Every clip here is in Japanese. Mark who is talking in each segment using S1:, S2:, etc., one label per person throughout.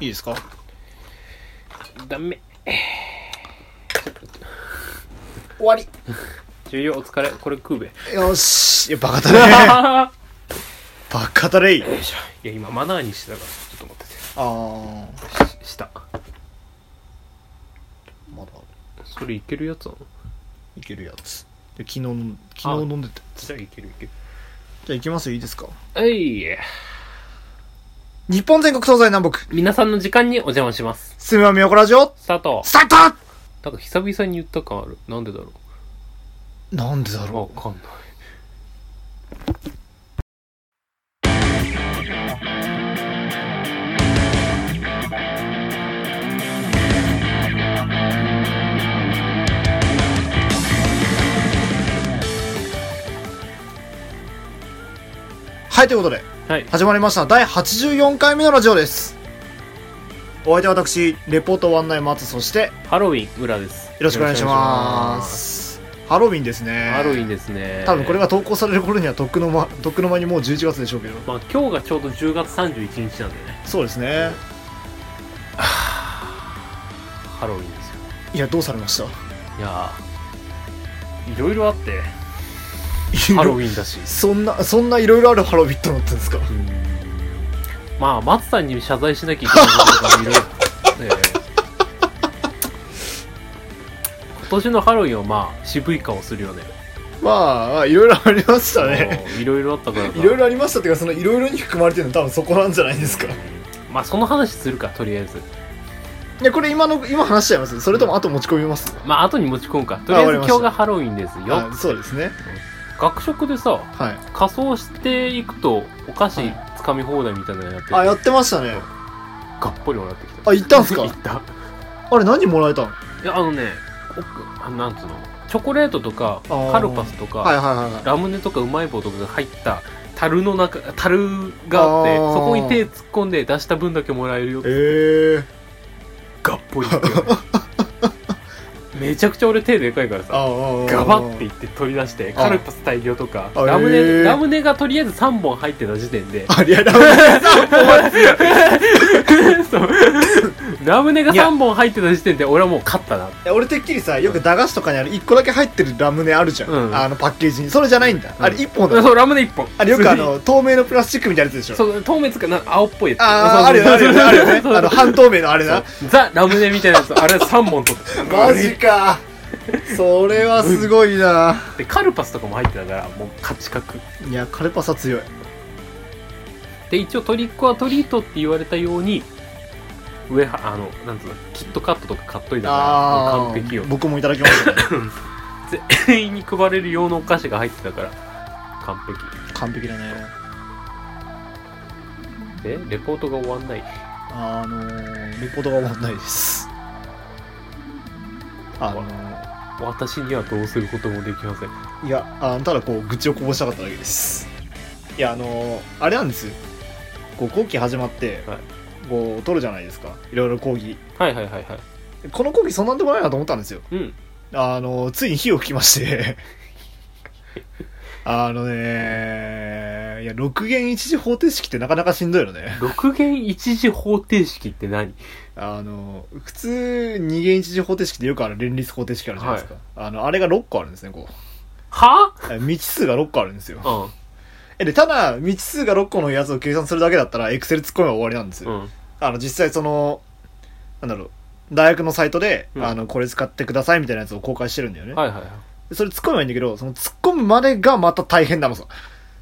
S1: いいですか
S2: ダメ
S1: 終わり
S2: 終了お疲れこれ 食うべよ
S1: よしいやバカだ
S2: い
S1: ね
S2: や
S1: バカだれい
S2: 今マナーにしてたからちょっと待って
S1: あ
S2: てしした
S1: ーまだ
S2: それいけるやつなの
S1: いけるやつで昨日飲ん昨日飲んでて
S2: じゃあいけるいける
S1: じゃあ行きますよいいですか
S2: はい
S1: 日本全国東西南北
S2: 皆さんの時間にお邪魔します
S1: すみまみよこラジオ
S2: スタート
S1: スター
S2: なんか久々に言った感あるなんでだろう
S1: トなんでだ
S2: わ
S1: ろ
S2: かんない
S1: はいということで
S2: はい
S1: 始まりました第84回目のラジオですお相手は私レポートを案内待つそしてよ
S2: ハロウィン裏ですよ
S1: ろしくお願いしますハロウィンです
S2: ろしくお願いしま
S1: ね
S2: すハロウィンですね
S1: 多分これが投稿される頃にはとっくの間とっくの間にもう11月でしょうけど
S2: まあ今日がちょうど10月31日なんでね
S1: そうですね
S2: ハロウィンですよ
S1: いやどうされました
S2: いやーいろいろあってハロウ
S1: ン
S2: ィンだし
S1: そんなそんないろいろあるハロウィンってなってんですか
S2: うんまあ松さんに謝罪しなきゃいけないことがいろいろ ええ今年のハロウィンはまあ渋い顔するよね
S1: まあまあいろいろありましたね
S2: もういろいろあったか ら
S1: いろいろありましたっていうかそのいろいろに含まれてるの多分そこなんじゃないですか
S2: うんまあその話するかとりあえず
S1: いやこれ今の今話しちゃいますそれとも後持ち込みます
S2: まあ後に持ち込むかとりあ
S1: わ
S2: え
S1: かりま
S2: ず今
S1: した
S2: 日がハロウィンですよ
S1: あそうですね
S2: 学食でさ
S1: はい
S2: 仮装していくとお菓子つかみ放題みたいなのやってて
S1: あやってましたね
S2: がっぽりもらってきた
S1: あ行ったんすか
S2: 行った
S1: あれ何もらえたの
S2: いやあのねおあなんつうのチョコレートとか
S1: あー
S2: カルパスとか、
S1: はいはいはいはい
S2: ラムネとかうまい棒とかが入った樽の中樽があって
S1: あー
S2: そこに手突っ込んで出した分だけもらえるよ
S1: ええ
S2: がっぽりって言われて めちゃくちゃ俺手でかいからさ
S1: ああ
S2: ガバっていって取り出してカルパス大量とか
S1: あ
S2: ラム
S1: へ
S2: ネ
S1: ー
S2: ラムネがとりあえず3本入ってた時点で
S1: あり ゃラムネ
S2: そうラムネが3本入ってた時点で俺はもう勝ったなって
S1: いや俺てっきりさよく駄菓子とかにある1個だけ入ってるラムネあるじゃん、
S2: うん
S1: あのパッケージにそれじゃないんだ、
S2: うん
S1: あれ1本だ
S2: そうラムネ1本
S1: あれよくあの透明のプラスチックみたいなやつでしょ
S2: そう透明つかな青っぽいやつ
S1: あああ
S2: そ
S1: る
S2: う
S1: よ
S2: そ
S1: ねあ
S2: う
S1: るよねあるよね
S2: そう
S1: あの半透明のあれな
S2: ザ・ラムネみたいなやつあれ3本取って
S1: マジかそれはすごいな
S2: でカルパスとかも入ってたからもう価値格
S1: いやカルパサ強い
S2: で一応トリックはトリートって言われたように上はあのなんつうのキットカットとか買っといたから
S1: あ
S2: もう
S1: あ
S2: 完璧よ
S1: 僕もいただきま した、ね、
S2: 全員に配れる用のお菓子が入ってたから完
S1: 完璧だね
S2: 璧でレポートが終わんない
S1: あのー、レポートが終わんないですあのー
S2: 私にはどうすることもできません
S1: いやあのただこう愚痴をこぼしたかっただけですいやあのーあれなんですよこう後期始まって、
S2: はい
S1: こう取るじゃないですかいろいろ講義
S2: はいはいはいはい
S1: この講義そんなんでもないなと思ったんですよ
S2: うん
S1: あの、ついに火を吹きま して、あのね、いや、六弦一次方程式ってなかなかしんどいのね。
S2: 6弦一次方程式って何
S1: あの、普通二弦一次方程式ってよくある連立方程式あるじゃないですか。あの、あれが6個あるんですね、こ
S2: は
S1: う。未知数が6個あるんですよ。
S2: うん
S1: え、で、ただ、未知数が6個のやつを計算するだけだったら、エクセル突っ込めば終わりなんですよ。
S2: うん
S1: あの、実際その、なんだろう、大学のサイトで、
S2: うん
S1: あの、これ使ってくださいみたいなやつを公開してるんだよね。
S2: はいはいはい
S1: それ突っ込めばいいんだけど、その突っ込むまでがまた大変なのさ。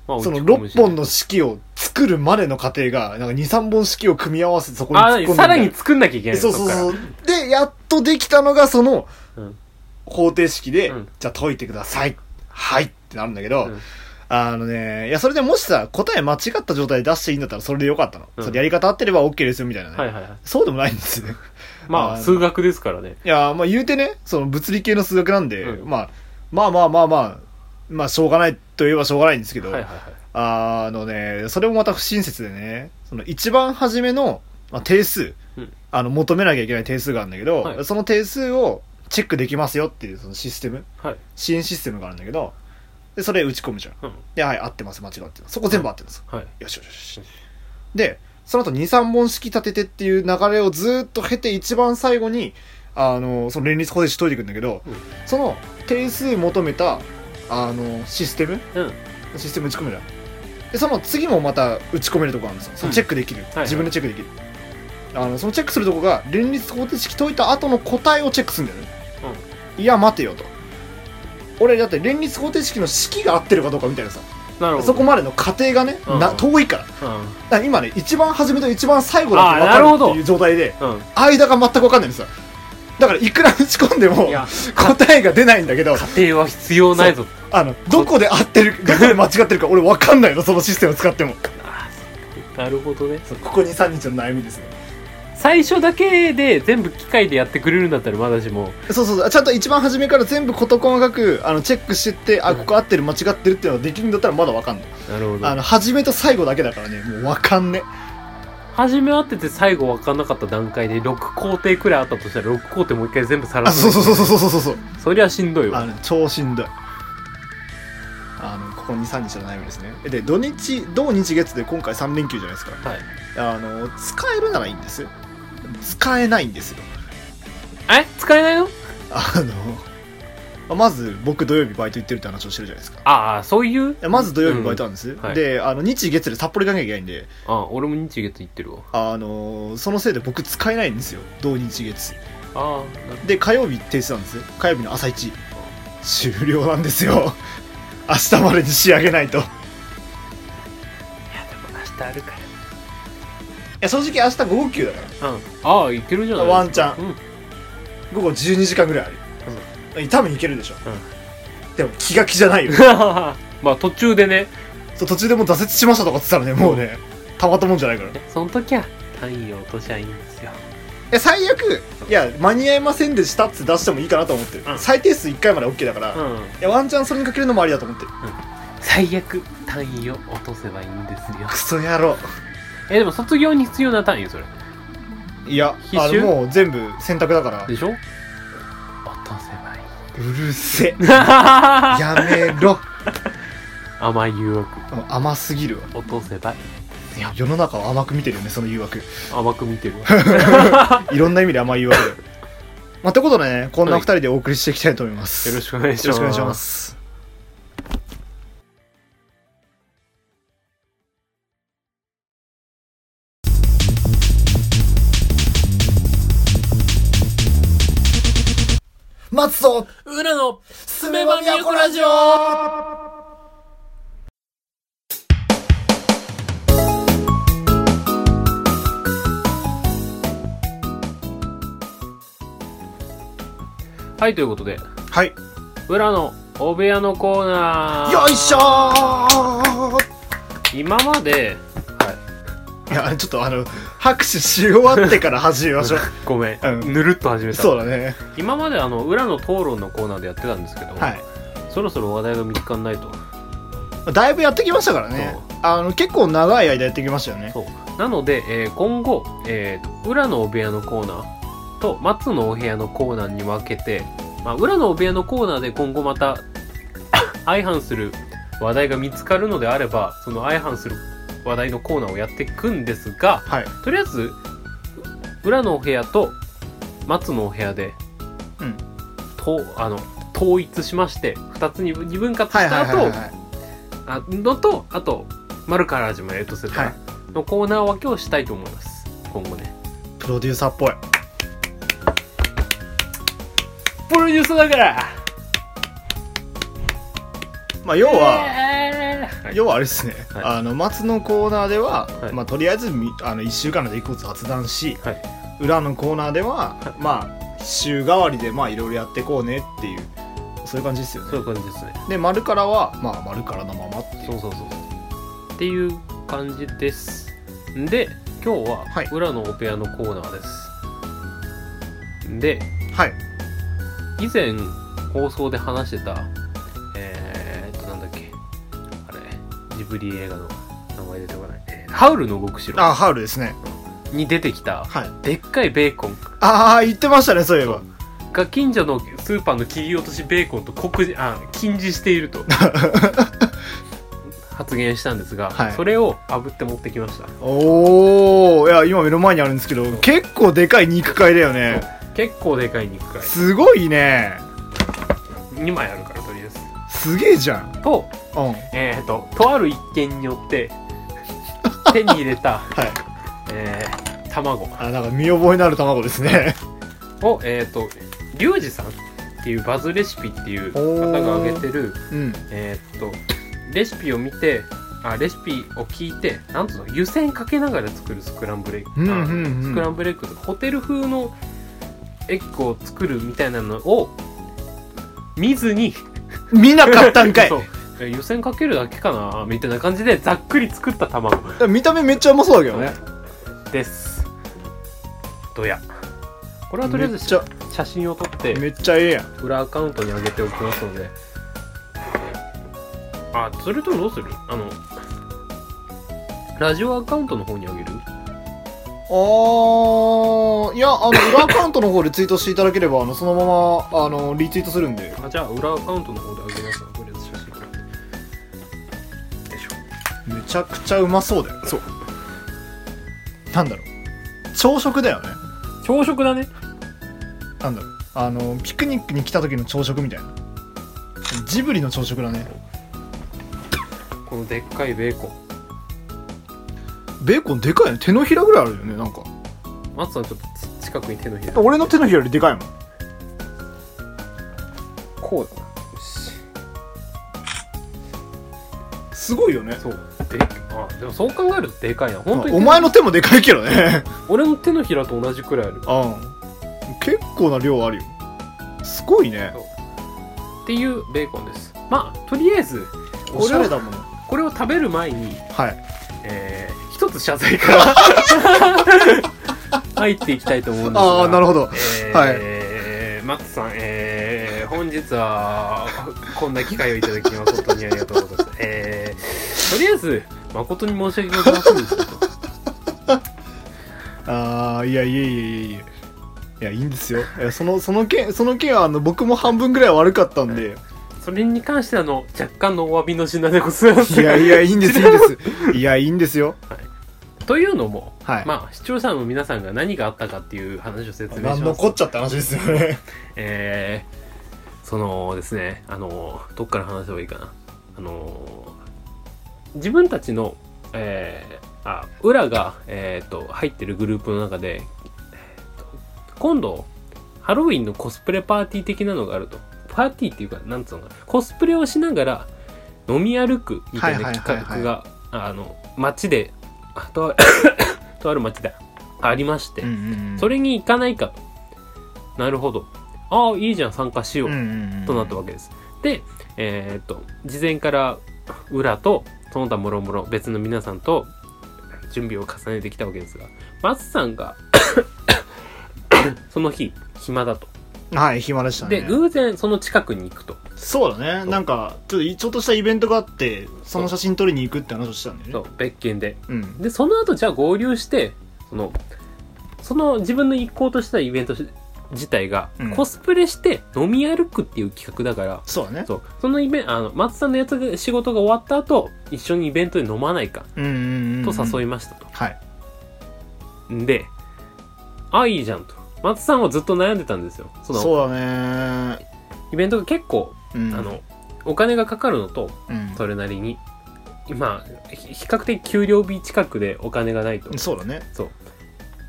S2: まあ
S1: その
S2: 打ち込む
S1: 6
S2: し
S1: 本の式を作るまでの過程が、なんか2、3本式を組み合わせてそこに突
S2: あ
S1: っ込んでみ
S2: ー
S1: た
S2: さ
S1: いな
S2: らに作んなきゃいけない
S1: そうそう
S2: う
S1: そう。で、やっとできたのがその
S2: うん
S1: 方程式で、
S2: うん
S1: じゃあ解いてください。はいってなるんだけど、
S2: うん
S1: あのね、いや、それでもしさ、答え間違った状態で出していいんだったらそれでよかったの。
S2: うん
S1: それやり方合ってれば OK ですよみたいなね。
S2: はいはいはい
S1: そうでもないんですね。
S2: ま
S1: あ
S2: あ
S1: の
S2: 数学ですからね
S1: いや、まあ言うてね、その物理系の数学なんで、
S2: うん
S1: まあ、まあまあまあまあ、まあしょうがないといえばしょうがないんですけど、
S2: はいはいはい
S1: あのね、それもまた不親切でね、その一番初めの、まあ、定数、
S2: うん
S1: あの、求めなきゃいけない定数があるんだけど、
S2: はい
S1: その定数をチェックできますよっていうそのシステム、
S2: はい。
S1: 支援システムがあるんだけど、で、それ打ち込むじゃん。
S2: うん。
S1: で、はい、合ってます、間違ってます。そこ全部合ってます。
S2: はい。
S1: よしよしよし。で、その後2、3本式立ててっていう流れをずーっと経て一番最後に、あの、その連立方程式解いていくんだけど、
S2: うん
S1: その定数求めた、あの、システム、
S2: うん
S1: システム打ち込めるじゃんで、その次もまた打ち込めるとこあるんですよ。そのチェックできる。
S2: はい
S1: 自分でチェックできる。あの、そのチェックするとこが、連立方程式解いた後の答えをチェックするんだよね。いや、待てよと。俺、だって連立方程式の式が合ってるかどうかみたいなさ。
S2: なるほど
S1: そこまでの過程がね、な
S2: うん
S1: 遠いから。
S2: う
S1: だから今ね、一番初めと一番最後だって
S2: あーなる
S1: 分かる
S2: ほど
S1: っていう状態で、
S2: んうん
S1: 間が全く分かんないんですよ。だから、いくら打ち込んでも
S2: い、や
S1: 答えが出ないんだけど、
S2: 家庭は必要ないぞ
S1: あの、どこで合ってる、どこで間違ってるか俺分かんないの、そのシステムを使っても。
S2: あーなるほどね
S1: そうここに3日の悩みですね。
S2: 最初だけで全部機械でやってくれるんだったらまだしも
S1: そうそうそう、ちゃんと一番初めから全部事細かく、あの、チェックしてって、あ、ここ合ってる、間違ってるっていうのができるんだったらまだ分かんない。
S2: なるほ
S1: あ
S2: ど
S1: の、初めと最後だけだからね、もう分かんね。
S2: 初め合ってて最後分かんなかった段階で6工程くらいあったとしたら6工程もう一回全部さら
S1: あ、
S2: す
S1: そうそうそうそうそうそうそう。
S2: そりゃしんどい
S1: あ
S2: わ
S1: の超しんどいあのここ23日の悩みですねで土日土日月で今回3連休じゃないですか
S2: はい
S1: あの使えるならいいんです使えないんですよ
S2: え使えないの
S1: あのまず僕土曜日バイト行ってるって話をしてるじゃないですか
S2: ああそういう
S1: いやまず土曜日バイトなんです、
S2: んはい
S1: であの日月で札幌行かなきゃいけないんで
S2: ああ俺も日月行ってるわ
S1: あのそのせいで僕使えないんですよ土日月
S2: あ
S1: で火曜日提出なんです火曜日の朝一終了なんですよ 明日までに仕上げないと
S2: あいやでも明日あるか
S1: いや正直明日午後休だから
S2: らうんああ行けるじゃない
S1: ワンチャン
S2: うん
S1: 午後12時間ぐらいあるよ、多分いけるでしょ、でも気が気じゃない よ
S2: まあ途中でね
S1: そう途中でもう挫折しましたとかって言ったらねもうねたまったもんじゃないからい
S2: その時は単位を落としゃいいんですよ
S1: や最悪いや間に合いませんでしたって出してもいいかなと思ってる、
S2: うん
S1: 最低数1回まで OK だから、
S2: う
S1: い
S2: ん
S1: やワンチャンそれにかけるのもありだと思ってる
S2: 最悪単位を落とせばいいんですよ
S1: クソ野郎
S2: えでも卒業に必要な単位それ
S1: いや
S2: 必
S1: あの
S2: 修
S1: もう全部選択だからう
S2: でしょ落とせば いい
S1: るせえ
S2: や
S1: やめろ
S2: 甘い誘惑
S1: もう甘すぎるわ
S2: 落とせばいい
S1: いや世の中を甘く見てるよねその誘惑
S2: 甘く見 てるわ
S1: いろんな意味で甘い誘惑 だよまあ、ってことでねこんな2人でお送りしていきたいと思います、
S2: よろしくお願いしま
S1: よろし
S2: す
S1: くお願いします。松尾
S2: うらのす
S1: めばみやこラジオ
S2: はいということで
S1: はい。
S2: 裏のお部屋のコーナー
S1: よいしょー
S2: 今まで
S1: いや、ちょっとあの、拍手し終わってから始めましょう。
S2: ごめん、
S1: うん
S2: ぬるっと始め た
S1: そうだね。
S2: 今まであの裏の討論のコーナーでやってたんですけど、
S1: はい。
S2: そろそろ話題が見つかんないと
S1: だいぶやってきましたからね。あの、結構長い間やってきましたよね。
S2: そうなので、えー今後、えーと裏のお部屋のコーナーと松のお部屋のコーナーに分けて、まあ、裏のお部屋のコーナーで今後また 相反する話題が見つかるのであればその相反する話題のコーナーをやっていくんですが
S1: はい。
S2: とりあえず裏のお部屋と松のお部屋で、
S1: うん
S2: とあの統一しまして2つに二分割し
S1: はいは
S2: た
S1: いはい、
S2: 後
S1: はい。
S2: あのとあと「丸から始まるエトセトラ
S1: はい
S2: のコーナー分けをしたいと思います今後ね
S1: プロデューサーっぽい。
S2: プロデュースだから
S1: まあ、要は、
S2: えー
S1: 要はあれですね、
S2: はい
S1: あの松のコーナーでは、
S2: はい
S1: まあ、とりあえずみあの1週間でいくつ雑談し、
S2: はい
S1: 裏のコーナーでは、まあ週替わりでまあいろいろやっていこうねっていうそういう感じですよ
S2: そうい
S1: ね
S2: う感じですね
S1: で「丸からはまあ「丸からのまま」ってい
S2: そううそうそうっていう感じですで今日は
S1: はい
S2: 裏のオペアのコーナーです、で
S1: はい
S2: 以前放送で話してたえー、っとなんだっけあれジブリ映画の名前出てこない、えーハウルの動く城
S1: あハウルですね
S2: に出てきた
S1: はい
S2: でっかいベーコン
S1: ああ言ってましたねそういえば
S2: が近所の スーパーの切り落としベーコンと酷似あ禁似していると発言したんですが、
S1: はい
S2: それを炙って持ってきました
S1: おおいや今目の前にあるんですけど
S2: う
S1: 結構でかい肉塊だよね
S2: 結構でかい肉塊
S1: すごいね
S2: 2枚あるからとりあえず
S1: すげえじゃん
S2: と
S1: うん
S2: えっ、ととある一件によって 手に入れ
S1: は
S2: た、
S1: い
S2: えー卵
S1: あなんか見覚えのある卵ですね
S2: をえっ、とリュウジさんっていうバズレシピっていう方が挙げてる
S1: うん
S2: えーっとレシピを見てあレシピを聞いてなんつうの湯煎かけながら作るスクランブルエッグ、
S1: うん
S2: あ
S1: うんうん
S2: スクランブルエッグとホテル風のエッグを作るみたいなのを見ずに
S1: 見なかったん かい
S2: そうえ湯煎かけるだけかなみたいな感じでざっくり作った卵
S1: 見た目めっちゃうまそうだけどね
S2: ですどやこれはとりあえず
S1: めっちゃ
S2: 写真を撮って
S1: めっちゃええやん
S2: 裏アカウントに上げておきますのであそれともどうするあのラジオアカウントの方に上げる
S1: あーいやあの裏アカウントの方でツイートしていただければあのそのままあのリツイートするんで
S2: あじゃあ裏アカウントの方で上げますわとりあえず写真よいしょ
S1: めちゃくちゃうまそうだよそうなんだろう朝食だよね
S2: 朝食だね
S1: なんだろうあのピクニックに来た時の朝食みたいなジブリの朝食だね
S2: このでっかいベーコン
S1: ベーコンでかいね手のひらぐらいあるよねなんか
S2: 松さんちょっとつ近くに手のひら
S1: 俺の手のひらよりでかいもん
S2: こうだなよし
S1: すごいよね
S2: そうであでもそう考えるとでかいな本当に
S1: お前の手もでかいけど ね
S2: 俺の手のひらと同じくらいある
S1: うん結構な量あるよすごいね
S2: っていうベーコンですまあとりあえず
S1: おしゃれだもん
S2: これを食べる前に
S1: はい
S2: えー一つ謝罪から 入っていきたいと思うんですが
S1: ああなるほど
S2: えーマッツさん、えー本日はこんな機会をいただきます本当にありがとうございます、えーとりあえず誠に申し訳ございませんでしたと
S1: ああいやいやいやいやいやいやいいんですよいやそのその件その件はあの僕も半分ぐらい悪かったんで
S2: それに関してあの若干のお詫びの品でございま
S1: い
S2: す
S1: やいやいいんですいいん ですいやいいんですよ
S2: というのも、
S1: はい、
S2: まあ視聴者の皆さんが何があったかっていう話を説明し
S1: 何
S2: ま
S1: の
S2: す
S1: こっちゃって話ですよね
S2: えー、そのですねあのどっから話せばいいかなあの自分たちのえー、あ裏が、えー、と入ってるグループの中で、えーと今度ハロウィンのコスプレパーティー的なのがあるとパーティーっていうかなんつうのかなコスプレをしながら飲み歩くみたいな企画があの街であとあ とある街でありまして、それに行かないかと。なるほど。ああ、いいじゃん、参加しよう。となったわけです。で、えーっと、事前から裏と、その他もろもろ別の皆さんと準備を重ねてきたわけですが、松さんが、その日、暇だと。
S1: けはい暇でしたね
S2: で、偶然その近くに行くと。
S1: そうだねなんかちょっとちょっとしたイベントがあってその写真撮りに行くって話をしてたんだよね
S2: そう、別件で。
S1: うん
S2: で、その後、じゃあ合流して、その、その自分の行こうとしたイベントし自体が
S1: うん、
S2: コスプレして飲み歩くっていう企画だから、
S1: そうだね
S2: そう。そのイベント、あの、松さんのやつが仕事が終わった後、一緒にイベントで飲まないか、
S1: うんうん
S2: と誘
S1: い
S2: いましたと。
S1: はい
S2: んで、あ、いいじゃんと。松さんはずっと悩んでたんですよ。その、
S1: そうだね
S2: イベントが結構、
S1: うん
S2: あの、お金がかかるのと、
S1: うん
S2: それなりに、今、ひ比較的給料日近くでお金がないと。
S1: そうだね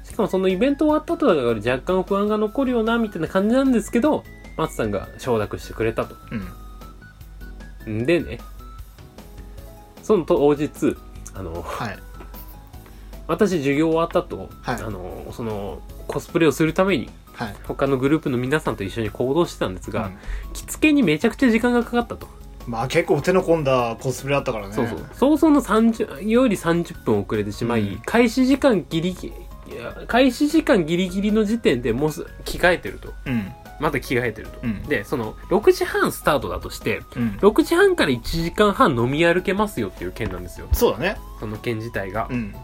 S2: しかもそのイベント終わった後だから若干不安が残るよな、みたいな感じなんですけど、松さんが承諾してくれたと。
S1: うん
S2: んでね、その当日、あの、
S1: はい
S2: 私授業終わった後、
S1: はい
S2: あのそのコスプレをするために
S1: はい
S2: 他のグループの皆さんと一緒に行動してたんですが、
S1: うん
S2: 着付けにめちゃくちゃ時間がかかったと、
S1: まあ結構手の込んだコスプレだったからね
S2: そうそう早々の30より30分遅れてしまい、
S1: うん
S2: 開始時間ギリギリいや開始時間ギリギリの時点でもうす着替えてると
S1: うん
S2: まだ着替えてると、
S1: うん
S2: でその6時半スタートだとして
S1: うん
S2: 6時半から1時間半飲み歩けますよっていう件なんですよ
S1: そうだね
S2: その件自体が、
S1: うん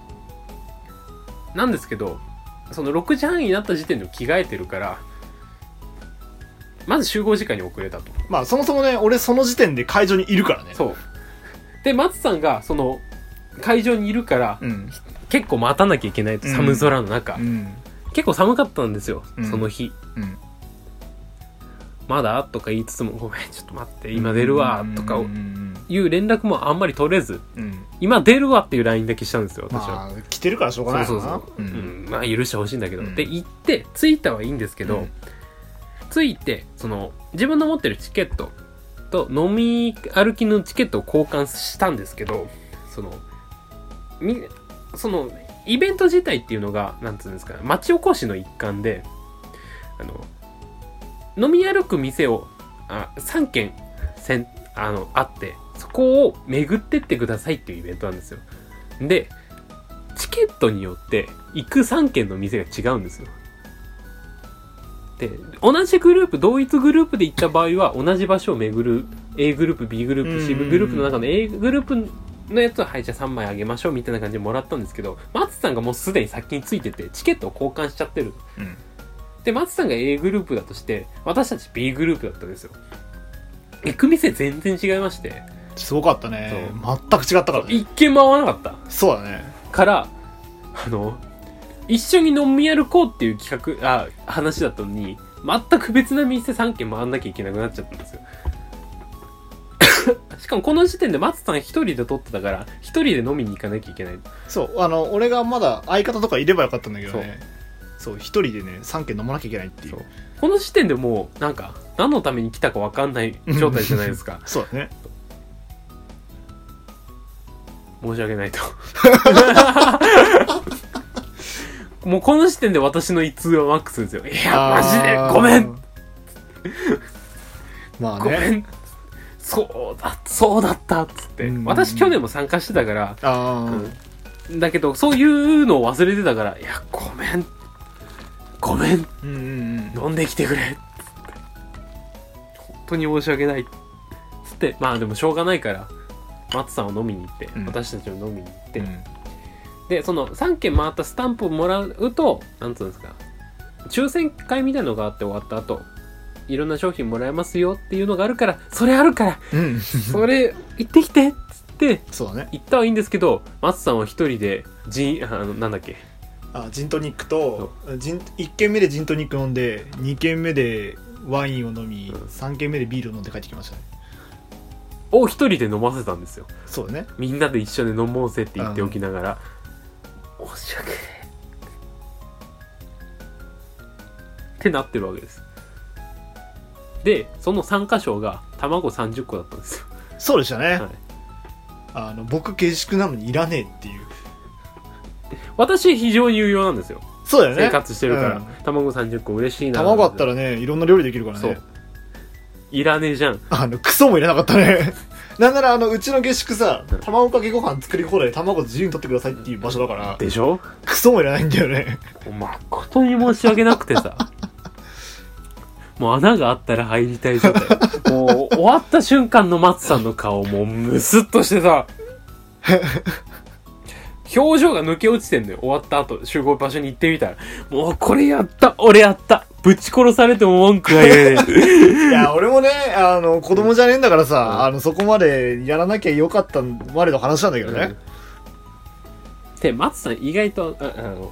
S2: なんですけど、その6時半になった時点で着替えてるから、まず集合時間に遅れたと。
S1: まあそもそもね俺その時点で会場にいるからね
S2: そう。で松さんがその会場にいるから
S1: うん
S2: 結構待たなきゃいけないと
S1: うん
S2: 寒空の中、
S1: うん
S2: 結構寒かったんですよ、
S1: うん
S2: その日
S1: うん
S2: まだとか言いつつも「ごめんちょっと待って今出るわ」とか
S1: うん
S2: いう連絡もあんまり取れず
S1: うんうん
S2: 「今出るわ」っていう LINE だけしたんですよ私は、
S1: まあ来てるからしょうがない
S2: そう
S1: よ
S2: そう
S1: な
S2: そう、うんまあ許してほしいんだけど、
S1: うん
S2: で行って着いたはいいんですけど、着いてその自分の持ってるチケットと飲み歩きのチケットを交換したんですけどそのみそのイベント自体っていうのがなんつうんですか町おこしの一環であの飲み歩く店をあ3軒せんあのあってそこを巡ってってくださいっていうイベントなんですよでチケットによって行く3軒の店が違うんですよで同じグループ同一グループで行った場合は同じ場所を巡る A グループ B グループ C
S1: うんうんうん
S2: グループの中の A グループのやつは、はい、じゃあ3枚あげましょうみたいな感じでもらったんですけど、松さんがもうすでに先についてて、チケットを交換しちゃってる。
S1: うん
S2: で、松さんが A グループだとして、私たち B グループだったんですよ。行く店全然違いまして、
S1: すごかったね全く違ったからね
S2: 一見も合わなかった。
S1: そうだね
S2: からあの一緒に飲み歩こうっていう企画あ話だったのに全く別な店3軒回んなきゃいけなくなっちゃったんですよしかもこの時点で松さん一人で撮ってたから一人で飲みに行かなきゃいけない
S1: そうあの俺がまだ相方とかいればよかったんだけどねそう一人でね3軒飲まなきゃいけないっていう
S2: そうこの時点でもうなんか何のために来たか分かんない状態じゃないですか
S1: そうだね
S2: 申し訳ないと もうこの時点で私の一通はマックスですよいやマジで
S1: あー
S2: ごめん
S1: まあ
S2: ごめ
S1: ね
S2: んそうだそうだったっつって、
S1: うん
S2: 私去年も参加してたから、
S1: ああ
S2: うんだけどそういうのを忘れてたから「いやごめんごめん
S1: うんうん
S2: 飲んできてくれ」っつって本当に申し訳ないっつってまあでもしょうがないから松さんを飲みに行って、
S1: うん
S2: 私たちも飲みに行って、
S1: うん
S2: でその3軒回ったスタンプをもらうとなんつうんですか抽選会みたいのがあって終わった後いろんな商品もらえますよっていうのがあるからそれあるから
S1: うん
S2: それ行ってきてっつって
S1: そうだね
S2: 行ったはいいんですけど松さんは一人でジンあのなんだっけ
S1: あジントニックとジン1軒目でジントニック飲んで2軒目でワインを飲み
S2: うん
S1: 3軒目でビールを飲んで帰ってきましたね
S2: を一人で飲ませたんですよ
S1: そうだね
S2: みんなで一緒に飲もうぜって言っておきながら申し訳ねえってなってるわけですでその参加賞が卵30個だったんですよ
S1: そうでしたね、
S2: はい
S1: あの僕下宿なのにいらねえっていう
S2: 私非常に有用なんですよ
S1: そうだよね
S2: 生活してるから、
S1: うん
S2: 卵30個嬉しいな
S1: 卵あったらねいろんな料理できるから
S2: そ
S1: ね
S2: ういらねえじゃん
S1: あのクソもいらなかったね なんならあのうちの下宿さ
S2: うん
S1: 卵かけご飯作り放題卵自由に取ってくださいっていう場所だから
S2: でしょ
S1: クソもいらないんだよ ね
S2: まことに申し訳なく てさもう穴があったら入りたい状態もう終わった瞬間の松さんの顔もうムスッとしてさ表情が抜け落ちてんのよ終わった後集合場所に行ってみたらもうこれやった俺やったぶち殺されても文句は言えねえ
S1: いや俺もねあの子供じゃねえんだから
S2: う
S1: さ
S2: ん
S1: あのそこまでやらなきゃよかったまでの話なんだけどね、
S2: で松さん意外とああの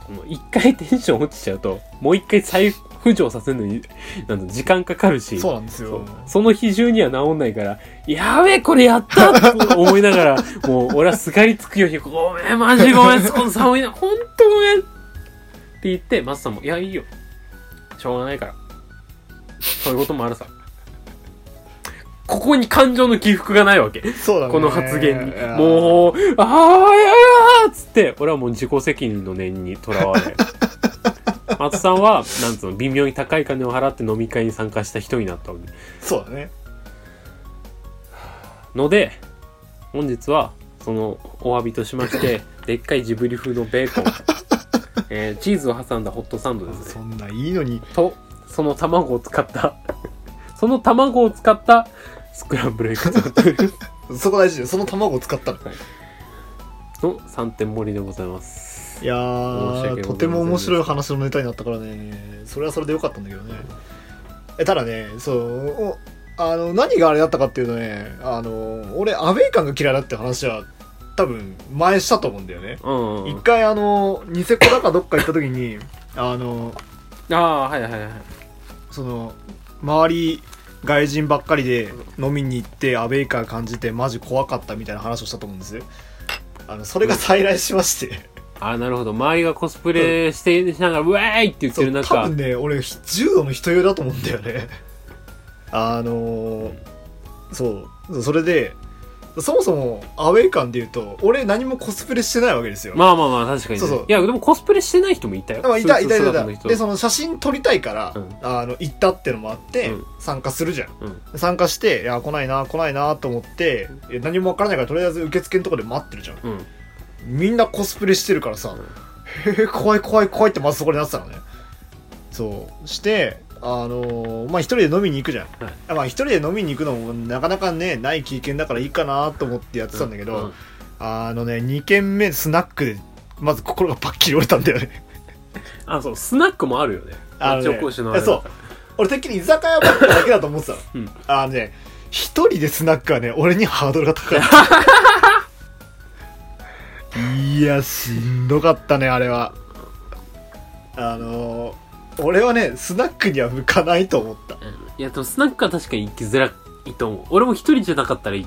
S2: この一回テンション落ちちゃうともう一回再浮上させるのになんか時間かかるし
S1: そうなんです
S2: そ
S1: よ
S2: うその比重には治んないから、やべえ、これやったと思いながら、 もう俺はすがりつくように、ごめん、マジごめん、この寒いな、ほんとごめんって言って、マスさんも、いや、いいよ。しょうがないから。そういうこともあるさ。ここに感情の起伏がないわけ。
S1: そうだね
S2: この発言に
S1: いや。
S2: もう、あーやーっつって、俺はもう自己責任の念にとらわ れ。松さんは、なんつうの、微妙に高い金を払って飲み会に参加した人になったわけ。
S1: そうだね
S2: ので本日はそのお詫びとしま してでっかいジブリ風のベー コン、えーチーズを挟んだホットサンドですね
S1: そんないいのに
S2: とその卵を使った その卵を使ったスクランブルエッグという
S1: そこ大事だよその卵を使ったの
S2: の3点盛りでございます
S1: いや
S2: 申し訳ございませ
S1: ー
S2: ん
S1: とても面白い話のネタになったからねそれはそれでよかったんだけどねえただねそうおあの何があれだったかっていうとねあの俺アウェイ感が嫌いだって話は多分前したと思うんだよね
S2: うんう
S1: 一
S2: ん。
S1: 回あのニセコだかどっか行った時に あの
S2: ああ、はいはいはい。
S1: その周り外人ばっかりで飲みに行ってアウェイ感感じてマジ怖かったみたいな話をしたと思うんですあのそれが再来しまして
S2: ああ、なるほど。周りがコスプレしてしながら、ウェーイって言って
S1: そ
S2: る
S1: う多
S2: 中
S1: 分、ね俺重度の人用だと思うんだよねあのーそうそうそれでそもそもアウェイ感で言うと俺何もコスプレしてないわけですよ、
S2: まあまあまあ、確かにね。
S1: そうそう
S2: いや、でもコスプレしてない人もいたよ。
S1: まあいた
S2: ス
S1: いたい
S2: ーツ
S1: たい
S2: 姿
S1: た
S2: の人
S1: でその写真撮りたいから、
S2: うん
S1: あの行ったってのもあって、
S2: うん
S1: 参加するじゃん、
S2: うん
S1: 参加していや来ないな来ないなと思っていや何もわからないからとりあえず受付のとこで待ってるじゃん
S2: うん。
S1: みんなコスプレしてるからさ、へえ怖い怖い怖いってまずそこになってたのねそうしてあのーまあ一人で飲みに行くじゃん、
S2: はい
S1: あまあ一人で飲みに行くのもなかなかねない経験だからいいかなと思ってやってたんだけど、
S2: うん
S1: あのね2軒目スナックでまず心がパッキリ折れたんだよね
S2: あ、そう、スナックもあるよね。
S1: あのね
S2: 町工師のあれだ
S1: そう
S2: か
S1: 俺てっきり居酒屋ばっかだけだと思ってたの、
S2: うん
S1: あのね一人でスナックはね俺にハードルが高いいやしんどかったねあれはあのー俺はねスナックには向かないと思った
S2: らいや、でもスナックは確かに行きづらいと思う。俺も一人じゃなかったらい、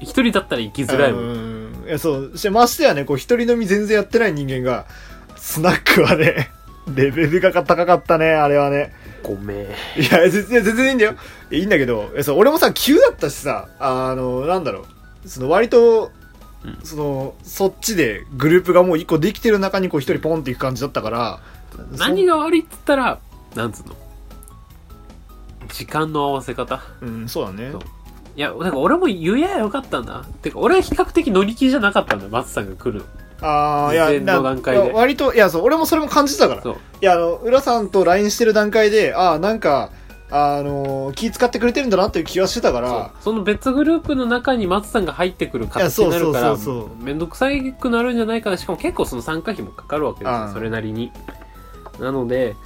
S2: 一人だったら行きづらいもん。
S1: うんいやそうしてましてやねこう一人飲み全然やってない人間がスナックはねレベルが高かったねあれはね
S2: ごめん。
S1: いや、全然、全然いいんだよ。いやいいんだけど、いやそう俺もさ、急だったしさ、あの、なんだろう、その割と
S2: うん、
S1: その、そっちでグループがもう一個できてる中にこう一人ポンっていく感じだったから、
S2: 何
S1: が
S2: が悪いって言ったら、なんつうの時間の合わせ方
S1: うん、そうだね。
S2: そういや、なんか俺も言えやよかったんだ。てか、俺は比較的乗り気じゃなかったんだよ、松さんが来る
S1: ああ、い
S2: 事
S1: や、
S2: 前の段階で
S1: な割と、いや、そう、俺もそれも感じてたから。
S2: そう
S1: いや、あの、浦さんと LINE してる段階で、ああ、なんか、あの、気使ってくれてるんだなっていう気はしてたか
S2: の。そう
S1: ら、
S2: その別グループの中に松さんが入ってくる形になるか
S1: いや
S2: ら
S1: そうそうそうそ、
S2: めんどくさいくなるんじゃないかな。しかも結構その参加費もかかるわけです
S1: う
S2: よ、
S1: ん
S2: それなりに。なので、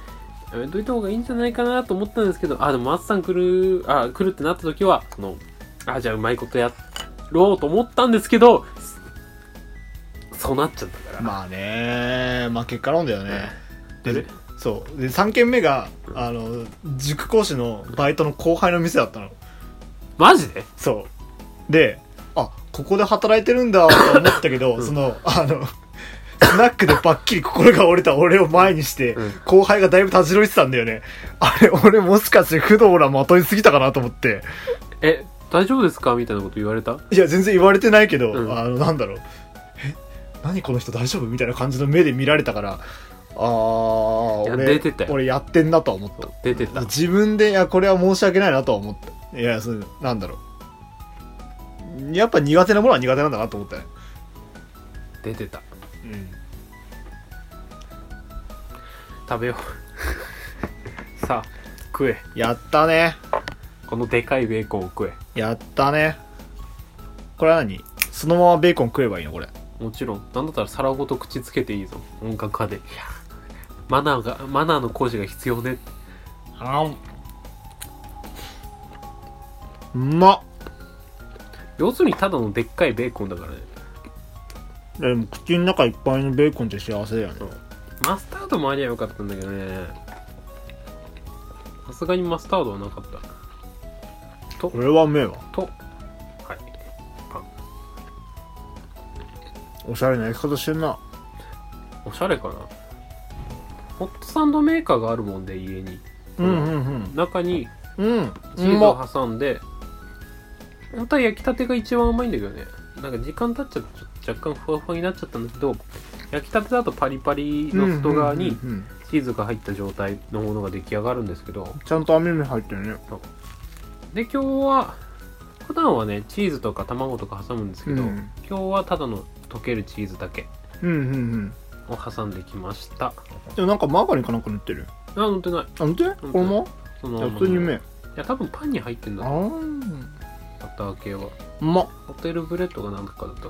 S2: やめといた方がいいんじゃないかなと思ったんですけど、あ、でも松さん来る、あ、来るってなった時は、その、あ、じゃあうまいことやろうと思ったんですけど、そうなっちゃったから。
S1: まあね、まあ結果論だよね。
S2: うんで
S1: そうで3軒目があの塾講師のバイトの後輩の店だったの
S2: マジで
S1: そうであここで働いてるんだと思ったけど、
S2: うん
S1: そのあのスナックでばっきり心が折れた俺を前にして、
S2: うん
S1: 後輩がだいぶたじろいてたんだよねあれ俺もしかして不動らまといすぎたかなと思って
S2: え、大丈夫ですかみたいなこと言われた
S1: いや全然言われてないけど、
S2: うん
S1: あのなんだろうえ何この人大丈夫みたいな感じの目で見られたからあー
S2: いや
S1: 俺
S2: 出てたよ
S1: 俺やってんなとは思った
S2: 出てた。
S1: 自分でいやこれは申し訳ないなとは思ったいやそうなんだろうやっぱ苦手なものは苦手なんだなと思ったね
S2: 出てた。
S1: うん
S2: 食べよう。さあ、食え。
S1: やったね
S2: このでかいベーコンを食え。
S1: やったねこれは何そのままベーコン食えばいいのこれ
S2: もちろん、なんだったら皿ごと口つけていいぞ。音楽家で。いや、マナーが、マナーの講師が必要ね。
S1: あんうまっ
S2: 要するに、ただのでっかいベーコンだからね。
S1: でも口の中いっぱいのベーコンって幸せだよね
S2: マスタードもありゃよかったんだけどね。さすがにマスタードはなかった。
S1: これはうめえわ
S2: と、はい。パン。
S1: おしゃれな焼き方してんな
S2: おしゃれかなホットサンドメーカーがあるもんで家に
S1: うんうん
S2: 中に
S1: うん
S2: チ
S1: うんう
S2: ーズ
S1: まっ
S2: を挟んで本当は焼きたてが一番うまいんだけどねなんか時間経っちゃってちょっと若干ふわふわになっちゃったんだけど焼きたてだとパリパリの外側
S1: う
S2: に
S1: んうんうんうん
S2: チーズが入った状態のものが出来上がるんですけど
S1: ちゃんと網目入ってるね
S2: で今日は普段はねチーズとか卵とか挟むんですけど、
S1: うん
S2: 今日はただの溶けるチーズだけ
S1: うんうんうん
S2: を挟んできました
S1: でもなんかマーガリンかなんか塗ってる
S2: あ乗ってない
S1: あ、見て
S2: 当
S1: これも
S2: そ
S1: い
S2: の
S1: や普通にうめえ
S2: いや多分パンに入ってんだ
S1: あ
S2: と思う
S1: ー
S2: バター系は
S1: うまっ
S2: ホテルブレッドが何とかだったか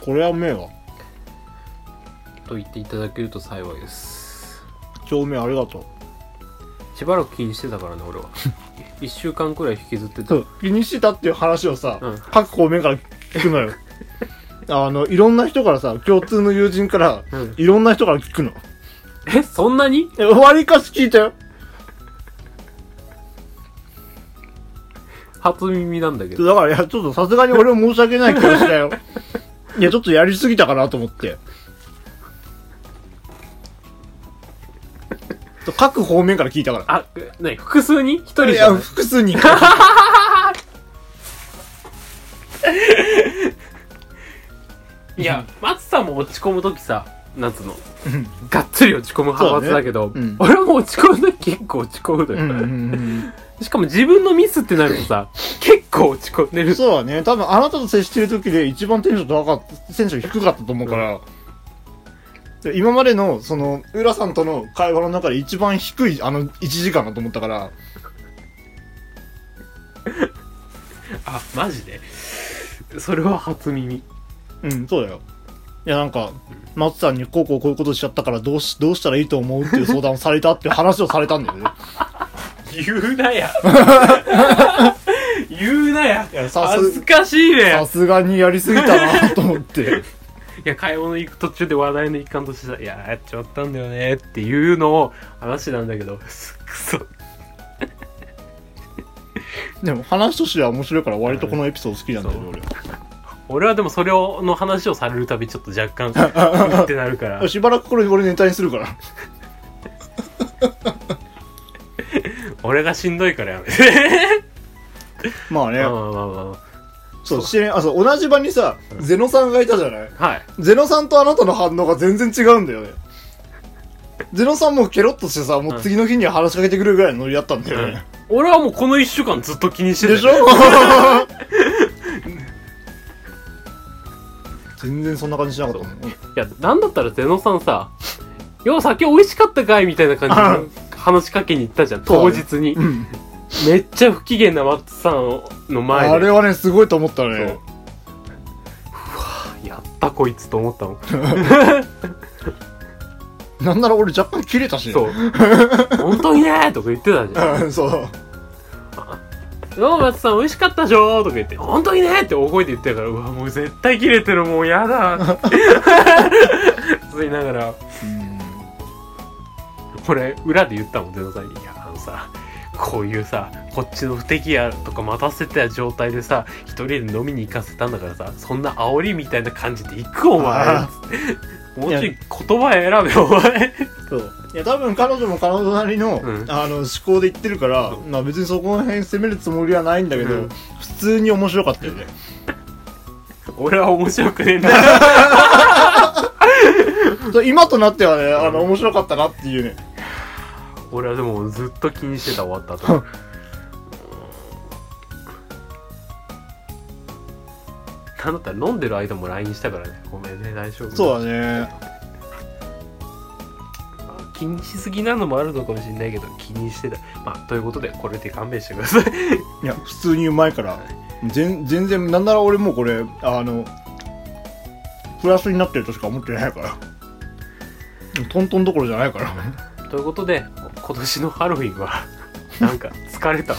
S1: これはうめえわ
S2: らと言っていただけると幸いです
S1: 調味ありがとう
S2: しばらく気にしてたからね 俺は1週間くらい引きずってた
S1: そう気にしてたっていう話をさ、
S2: うん
S1: 各方面から聞くの よあのいろんな人からさ共通の友人から
S2: うん
S1: いろんな人から聞くの
S2: えそんなに
S1: えわりかし聞いたよ
S2: 初耳なんだけど
S1: だからいやちょっとさすがに俺も申し訳ない気がした よいやちょっとやりすぎたかなと思 ってそう各方面から聞いたから
S2: あ何複数に一人
S1: い
S2: じゃ
S1: や
S2: ない
S1: 複数人
S2: いや松さんも落ち込む時さ夏のがっつり落ち込む派閥だけど
S1: そうだねうん
S2: 俺も落ち込む時結構落ち込むの
S1: う
S2: よ、
S1: んうん うん
S2: しかも自分のミスってなるとさ結構落ち込んで
S1: うん
S2: る
S1: そうだね多分あなたと接してる時で一番テンション高かったテンション低かったと思うから、で今までのその浦さんとの会話の中で一番低いあの1時間だと思ったから
S2: あマジでそれは初耳
S1: うん、そうだよ。いや、なんか、松さんにこうこうこういうことしちゃったからどうし、どうしたらいいと思うっていう相談をされたっていう話をされたんだよね。
S2: 言うな や言うなや
S1: いや、さ
S2: 恥ず
S1: す、
S2: かしいね
S1: さすがにやりすぎたなと思 って。
S2: いや買い物行く途中で話題の一環としてさ「いややっちまったんだよね」っていうのを話なんだけど くそ
S1: でも話としては面白いから割とこのエピソード好きなんだよね、俺
S2: 俺はでもそれをの話をされるたびちょっと若干 うんってなるから
S1: は。しばらくこれ俺ネタにするから。
S2: 俺がしんどいからやめて
S1: まあね、
S2: まあまあまあま
S1: そう、してね、あ、そう、同じ場にさ、ゼノさんがいたじゃない
S2: あはい
S1: ゼノさんとあなたの反応が全然違うんだよね。ゼノさんもケロッとしてさ、もう次の日には話しかけてくるぐらいのノリだったんだよね。
S2: 俺はもうこの1週間ずっと気にしてた
S1: で しょ全然そんな感じしなかったもんね
S2: いやなんだったらゼノさんさ「よう酒美味しかったかい?」みたいな感じで話しかけに行ったじゃん
S1: そ
S2: 当
S1: うだね
S2: 日にめっちゃ不機嫌なマッツさんの前で
S1: あれはねすごいと思った
S2: そうう
S1: ね
S2: わやったこいつと思ったもん
S1: なんなら俺若干切れたしね
S2: そう 本当にねとか言ってたじゃん
S1: うん そう
S2: 「ようマッツさん美味しかったでしょ」とか言って「本当にね」って大声で言ってたからうわもう絶対切れてる もうやだついながらこれ裏で言ったもんゼノさんに「いやあのさこういうさこっちの不敵やとか待たせてた状態でさ一人で飲みに行かせたんだからさそんな煽りみたいな感じで行くお前
S1: あ」
S2: もうちょい言葉選べお前
S1: そういや多分彼女も彼女なりの,、
S2: うん
S1: あの思考で言ってるから、まあ、別にそこら辺責めるつもりはないんだけど、
S2: うん
S1: 普通に面白かったよね
S2: 俺は面白くねえんだ
S1: そう今となってはねあの面白かったなっていうね
S2: 俺はでもずっと気にしてた終わったとなんだったら飲んでる間も LINE したからねごめんね大丈夫
S1: そうだね
S2: まあ気にしすぎなのもあるのかもしれないけど気にしてたまあということでこれで勘弁してください
S1: いや普通にうまいから全全然なんなら俺もうこれあのプラスになってるとしか思ってないからトントンどころじゃないから
S2: ということで今年のハロウィン はなんか疲れたわ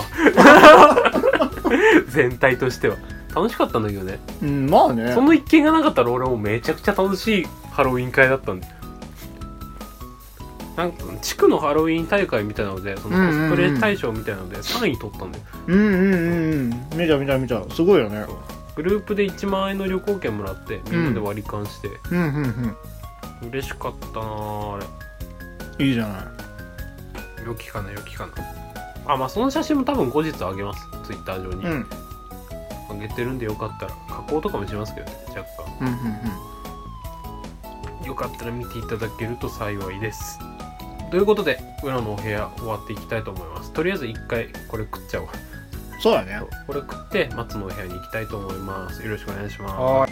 S2: 全体としては楽しかったんだけどね
S1: うんまあね
S2: その一件がなかったら俺はもうめちゃくちゃ楽しいハロウィン会だったんでなんか地区のハロウィン大会みたいなのでその
S1: うんうんうん
S2: コスプレ大賞みたいなので3位取ったんで、
S1: うんうんうんうん見た見た見たすごいよね
S2: グループで1万円の旅行券もらってみんなで割り勘して、
S1: うんうん
S2: 嬉しかったなああれ
S1: うんいいじゃない
S2: 良きかな良きかなあまあその写真も多分後日あげますツイッター上に、
S1: うんうん
S2: あげてるんでよかったら加工とかもしますけどね若干
S1: うん
S2: よかったら見ていただけると幸いですということで裏のお部屋終わっていきたいと思いますとりあえず一回これ食っちゃおう
S1: うんそうだね
S2: これ食って松のお部屋に行きたいと思いますよろしくお願いします
S1: は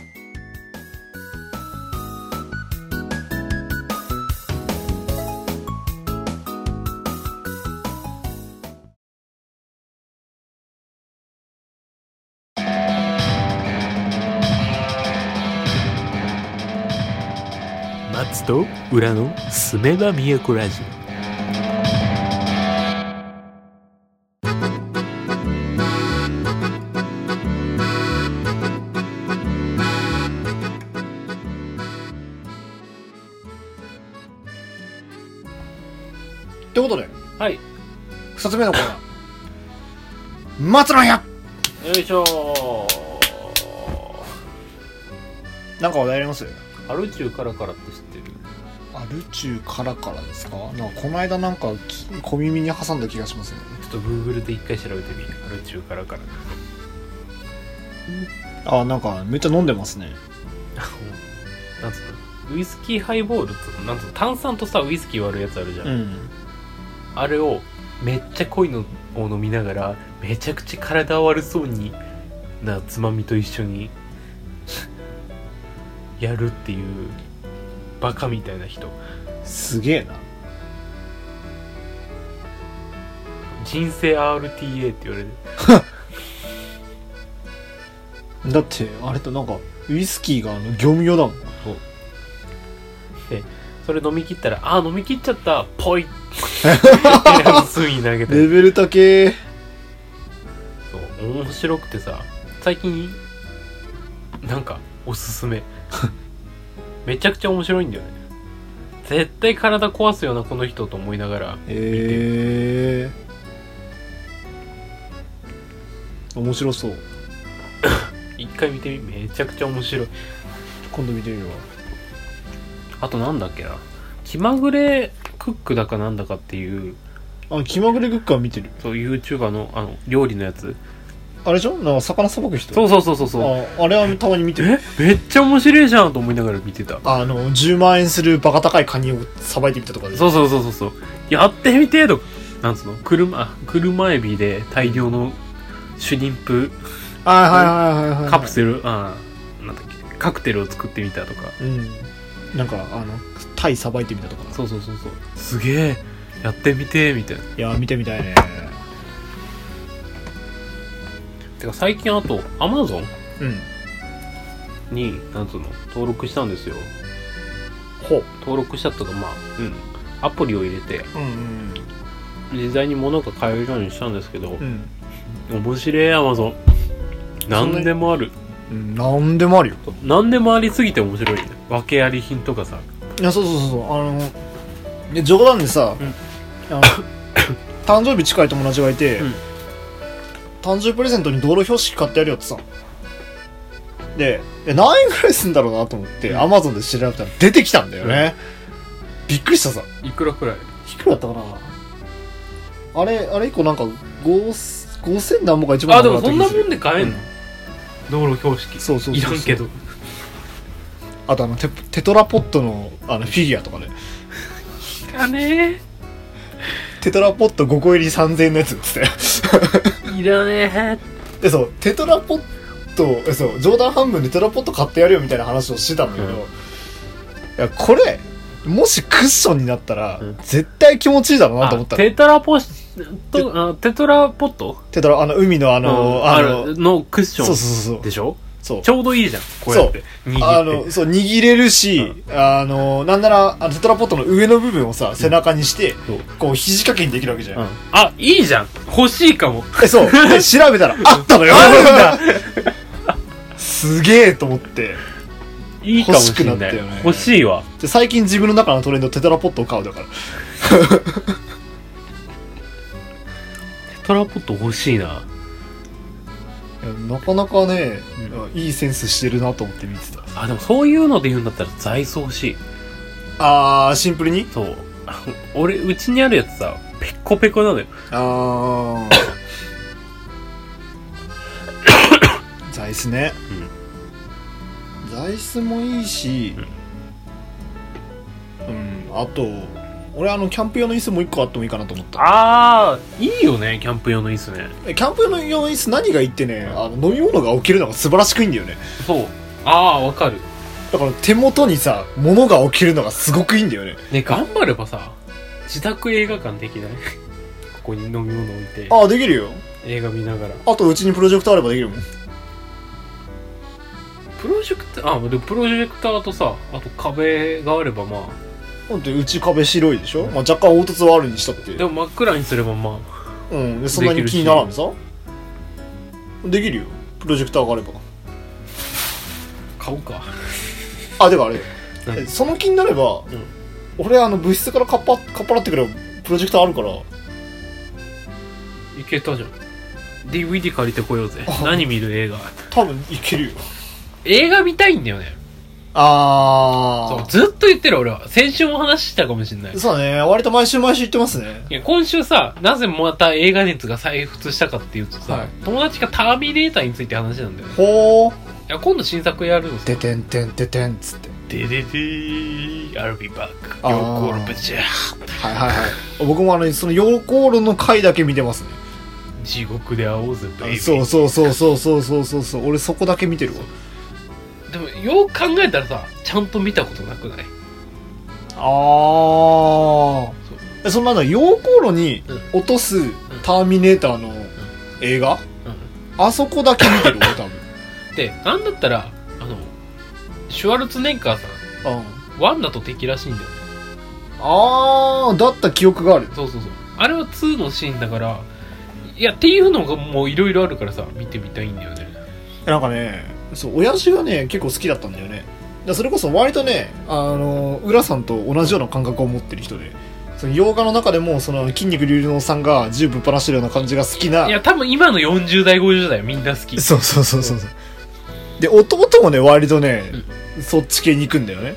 S2: 松と裏のすめば都ラジオ
S1: ってことで、
S2: はいよ
S1: 二つ目のコーナー。 松の屋
S2: いしょ
S1: なんか話題あります
S2: ーアルチューカラカラって知ってる
S1: あ、ルチューからからですかなんかこの間なんかき小耳に挟んだ気がしますね。
S2: ちょっと Google で一回調べてみるアルチューカラカラ
S1: あ、なんかめっちゃ飲んでますね。
S2: なんつうのウイスキーハイボールっつうのなんつうの炭酸とさウイスキー割るやつあるじゃん、
S1: ん。
S2: あれをめっちゃ濃いのを飲みながらめちゃくちゃ体悪そうになつまみと一緒に やるっていうバカみたいな人
S1: すげえな。
S2: 人生 RTA って言われる
S1: だって、あれとなんか、ウイスキーがあの業務用だもん。
S2: それ飲み切ったら「あー飲み切っちゃったぽい」 ってやつに投げて
S1: レベル高え。
S2: そう面白くてさ最近なんかおすすめめちゃくちゃ面白いんだよね絶対体壊すよなこの人と思いながら
S1: えー。面白そう。
S2: 一回見てみめちゃくちゃ面白い
S1: 今度見てみるわ。
S2: あとなんだっけな気まぐれクックだかなんだかっていう
S1: あ、気まぐれクッカー見てる。
S2: そう YouTuber のあの料理のやつ
S1: あれでしょなんか魚さばく人。
S2: そうそうそうそうそう
S1: ああれはたまに見てる。
S2: えめっちゃ面白いじゃんと思いながら見てた
S1: あの、10万円するバカ高いカニをさばいてみたとかで。
S2: そうそうそうそうそうやってみてーとなんつうの車あ車エビで大量のシュリンプ
S1: はいはいはいはいはい。
S2: カプセル、あーなんだっけカクテルを作ってみたとか
S1: うん。なんか、あの、タイさばいてみたとか。
S2: そうそうそうそうすげえやってみてーみたいない
S1: や、見てみたいね。
S2: てか最近あとアマゾン
S1: うん。
S2: になんつうの登録したんですよ
S1: ほう。
S2: 登録したとかまあうんアプリを入れて
S1: うんうん。
S2: 自在に物が買えるようにしたんですけど
S1: う、ん。
S2: 面白いアマゾン
S1: なに
S2: 何でもある
S1: うん、なんでもあるよ。
S2: 何でもありすぎて面白いね訳あり品とかさ
S1: いや、そうそうそうそう。あの、いや冗談でさ、
S2: うん
S1: あの 誕生日近い友達がいて、
S2: うん
S1: 誕生日プレゼントに道路標識買ってやるよってさ。で、え何円ぐらいすんだろうなと思って、
S2: うん
S1: アマゾンで調べたら出てきたんだよね。びっくりしたさ。
S2: いくらくらい
S1: いくらだったかなあれ、あれ以降なんか、5、5000何本か一番
S2: あでもそんなもんで買えんの、
S1: う
S2: 道路標識
S1: そうそうそうそう
S2: いらんけど
S1: あとあのテ、テトラポットのあのフィギュアとかね。
S2: いらね
S1: テトラポット5個入り3000円のやつっつって。
S2: えいらね
S1: でそうテトラポットえそう冗談半分でテトラポット買ってやるよみたいな話をしてたんだけど、
S2: うん
S1: いやこれもしクッションになったら、
S2: うん
S1: 絶対気持ちいいだろう
S2: え
S1: なと思ったの
S2: テトラポシとあテトラポット
S1: テトラあの海のあの、
S2: うん
S1: あ
S2: あ
S1: の
S2: るのクッシ
S1: そうそ
S2: ョ
S1: う
S2: ン
S1: そう
S2: でしょ
S1: そう
S2: ちょうどいいじゃんこうやって
S1: あ
S2: 握っ
S1: のそう握れるし、あのなんならあのテトラポットの上の部分をさ背中にして、
S2: そう
S1: こう肘掛けにできるわけじゃ
S2: て、
S1: ん、
S2: うんあいいじゃん欲しいかも
S1: え そうで調べたらあったのよ
S2: あ
S1: すげえと思って
S2: いいかもしれ
S1: 欲しくな
S2: な
S1: っ
S2: い
S1: たよね
S2: 欲しいわ
S1: で最近自分の中のトレンドテトラポットを買うだから
S2: テトラポット欲しいない
S1: やなかなかね、
S2: う
S1: いいセンスしてるなと思って見てた
S2: あでもそういうので言うんだったら座椅子欲しい
S1: あーシンプルに
S2: そう 俺うちにあるやつさペッコペコなのよ
S1: あ あ座椅子ね、座椅子もいいしうん、あと俺あのキャンプ用の椅子もう一個あってもいいかなと思った
S2: あーいいよねキャンプ用の椅子ね
S1: えキャンプ用の椅子何がいいってねあの飲み物が置けるのが素晴らしくいいんだよね
S2: そうああわかる
S1: だから手元にさ物が置けるのがすごくいいんだよね
S2: ね頑張ればさ自宅映画館できない ここに飲み物置いて
S1: ああできるよ
S2: 映画見ながら
S1: あとうちにプロジェクターあればできるもん
S2: プロジェクターあでもプロジェクターとさあと壁があればま
S1: だってうち壁白いでしょ、まあ、若干凹凸はあるにしたって
S2: あでも真っ暗にすればま
S1: う
S2: あ
S1: んでそんなに気にならんさできるよプロジェクターがあれば
S2: 買うか
S1: あでもあれ
S2: 何
S1: えその気になれば、
S2: ん
S1: 俺あの物質からかっぱかっぱらってくればププロジェクターあるから。
S2: いけたじゃん
S3: DVD 借りてこようぜ
S1: あ
S3: 何見る映画
S1: 多分いけるよ。
S2: 映画見たいんだよねそ
S1: あ
S2: うずっと言ってる俺は先週も話したかもしれない
S1: ー。そうだね。割と毎週毎週言ってますね。
S2: いや今週さなぜまた映画熱が再沸したかっていうとさ、
S1: はい
S2: 友達がターミネーターについて話なんだよね
S1: ほー。
S2: いや今度新作やるのさ
S1: でてんてんててんつって。
S2: デデデー I'll be back
S1: あー
S2: ヨーコールブチャ
S1: はいはいはい。僕もあの、そのヨーコールの回だけ見てますね。
S2: 地獄で会おうぜベイビー
S1: そうそうそうそうそうそうそうそう。俺そこだけ見てるわ。
S2: でもよく考えたらさちゃんと見たことなくない
S1: あーえそんなの溶鉱炉に落とすターミネーターの映画、あそこだけ見てる俺多
S2: でなんだったらあのシュワルツェネッガーさ
S1: 分、うん、
S2: んワンだと敵らしいんだよ
S1: あーだった記憶がある
S2: そうそうそうあれは2のシーンだからいやっていうのがもういろいろあるからさ見てみたいんだよね
S1: なんかねそう親父がね結構好きだったんだよねだそれこそ割とねあの浦さんと同じような感覚を持ってる人でその洋画の中でもその筋肉隆々のおっさんが銃ぶっ放してるような感じが好きない
S2: や多分今の40代50代みんな好き
S1: そうそうそうそうそうで弟もね割とね、そっち系に行くんだよね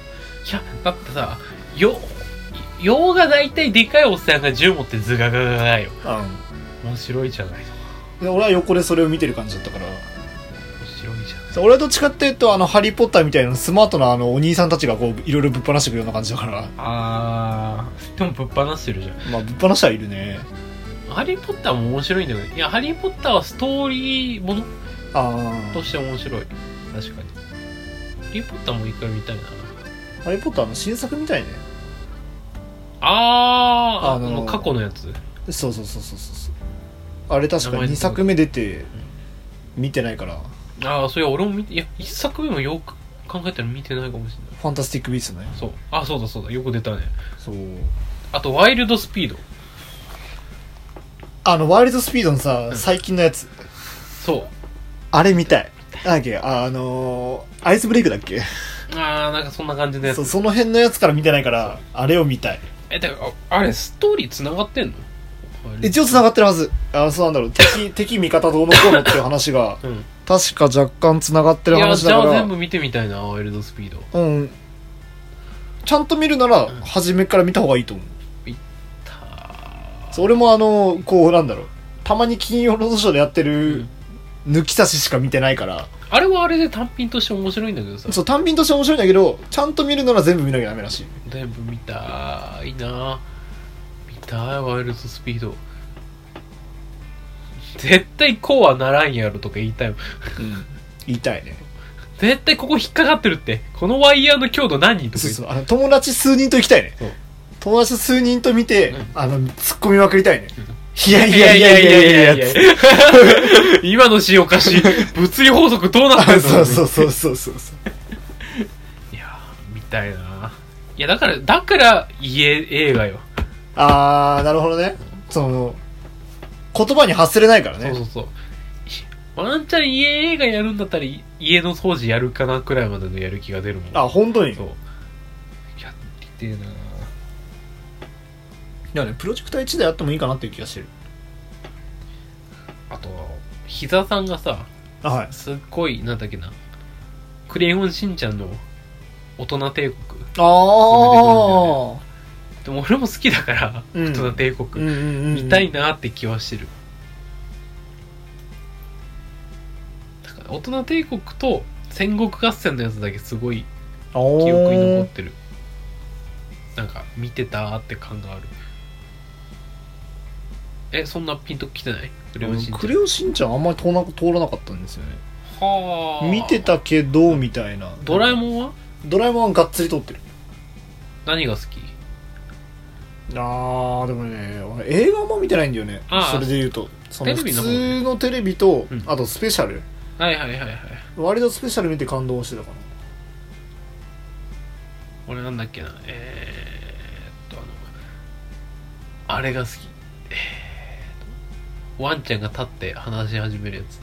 S2: いやだってさよ洋が大体でかいおっさんが銃持ってズガガガガよ
S1: うん
S2: 面白いじゃないの
S1: で俺は横でそれを見てる感じだったから
S2: 面白いじゃない
S1: そう俺はどっちかっていうとあの「ハリー・ポッター」みたいなスマートなあのお兄さんたちがこういろいろぶっ放してくるような感じだから
S2: あーでもぶっ放してるじゃん
S1: まあぶっ放してはいるね
S2: ハリー・ポッターも面白いんだよねいやハリー・ポッターはストーリーもの
S1: ああ
S2: として面白い確かにハリー・ポッターも一回見たいな
S1: ハリー・ポッターの新作みたいね
S2: あーあ
S1: あのー
S2: の過去のやつ
S1: そうそうそうそうそうそうあれ確
S2: 名
S1: か
S2: 前
S1: 2作目出て見てないから
S2: ああそういや俺も見ていや一作目もよく考えたら見てないかもしれ
S1: 「
S2: な
S1: ファンタスティック・ビーストね
S2: いそうあそうだそうだよく出たね
S1: そう
S2: あとワイルドスピード
S1: あのワイルド・スピードのさ最近のやつ
S2: そう
S1: あれ見たいなんだっけあのーアイスブレイクだっけ
S2: あーなんかそんな感じのや
S1: そ
S2: つ
S1: うその辺のやつから見てないからあれを見たい
S2: えだからああれストーリー繋がってんの
S1: 一応繋がってるはずあそうなんだろう敵敵味方どうのこうのっていう話が
S2: うんい
S1: 確か若干繋がってる
S2: や
S1: 話
S2: じ
S1: だ
S2: ゃ
S1: から
S2: あ全部見てみたいなワイルドスピード
S1: うんちゃんと見るなら初めから見た方がいいと思うそう俺もあのこうなんだろうたまに金曜ロードショーでやってる抜き差ししか見てないから
S2: あれはあれで単品として面白いんだけどさ
S1: そう単品として面白いんだけどちゃんと見るなら全部見なきゃダメらしい
S2: 全部見たいな見たいワイルドスピード絶対こうはならんやろとか言いたいもん
S1: 言いたいね
S2: 絶対ここ引っかかってるってこのワイヤーの強度何とか
S1: そうそ
S2: 言って
S1: うあの友達数人と行きたいね
S2: そう
S1: 友達数人と見て、
S2: うん
S1: あの突っ込みまくりたいね、いやい
S2: い
S1: や
S2: やい
S1: いや
S2: や
S1: い
S2: いや
S1: やい
S2: い
S1: や
S2: や
S1: い
S2: い
S1: や
S2: や 今のシーンおかしい物理法則どうなって
S1: あ
S2: んの
S1: そうそうそうそうそうそう
S2: いやー見たいないやだからだから家映画よ、
S1: あーなるほどねその言葉に発せれないからね
S2: そうそうそうワンチャン家映画やるんだったらい家の掃除やるかなくらいまでのやる気が出るもん
S1: あ本当にい
S2: そうやっててえな
S1: やねプロジェクター1でやってもいいかなっていう気がしてる
S2: あと膝さんがさ
S1: あはい
S2: すっごいなんだっけなクレヨンしんちゃんの大人帝国
S1: ああ
S2: でも俺も好きだから、
S1: うん
S2: 大人帝
S1: う
S2: 国、
S1: んうんうん
S2: 見たいなって気はしてるだから大人帝国と戦国合戦のやつだけすごい
S1: 記憶
S2: 記憶に残ってるなんか見てたーって感があるえそんなピンときてないクレヨンしんちゃん
S1: クレヨンしんちゃんあんまり通らな通らなかったんですよね
S2: はー
S1: 見てたけどみたいな
S2: ドラえもんは
S1: ドラえもんはがっつり通ってる
S2: 何が好き
S1: あーでもね俺映画あんま見てないんだよね
S2: あー
S1: それで言うとその
S2: テレ
S1: 普
S2: ビの方
S1: 通のテレビと、
S2: うん
S1: あとスペシャル
S2: はいはいはいはい
S1: 割とスペシャル見て感動してたかな
S2: 俺なんだっけなえー、っとあのあれが好きえーっとワンちゃんが立って話し始めるやつ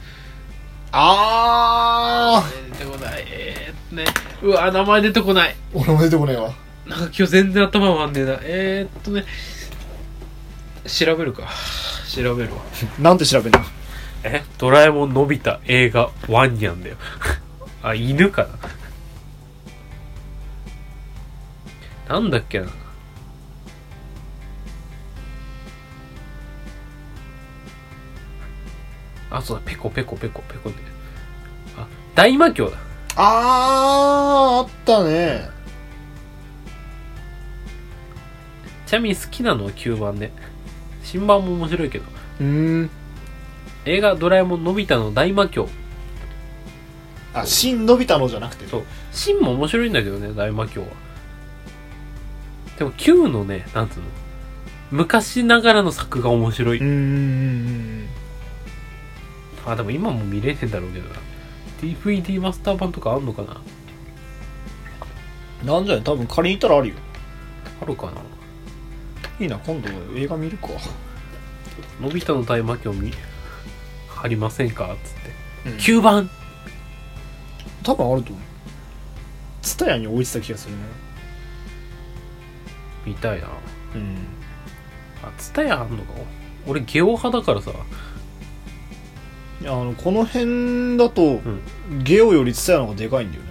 S1: あ
S2: 出てこないえー、っとねうわ名前出てこない
S1: ー俺も出てこねえわ
S2: なんか今日全然頭回んねえなえー、っとね
S4: 調べるか調べるわ
S1: なんて調べんの
S2: えドラえもんのび太映画ワンニャンだよ あ犬かななんだっけなあそうだペコペコペコペコであ大魔教だ
S1: あー、あったね。
S2: ちなみに好きなのは9番で新版も面白いけど
S1: うーん。
S2: 映画「ドラえもんのび太の大魔教
S1: あ、新のび太のじゃなくて。
S2: そうシンも面白いんだけどね、大魔教は。でも Q のね、なんつうの、昔ながらの作が面白
S1: うー
S2: い。
S1: ん。
S2: あ、でも今も見れねえんだろうけどな。DVD マスター版とかあんのかな
S1: なんじゃない多分借りに行ったらあるよ。
S2: あるかない
S1: いな、今度映画見るか。
S2: のび太の大魔教見、ありませんかつって。
S1: うん
S2: 9番
S1: 多分あると思う。ツタヤに置いてた気がするね。
S2: みたいな。
S1: うん。
S2: あ、ツタヤあんのか俺、ゲオ派だからさ。
S1: いやあの、この辺だと、
S2: ん
S1: ゲオよりツタヤの方がでかいんだよね。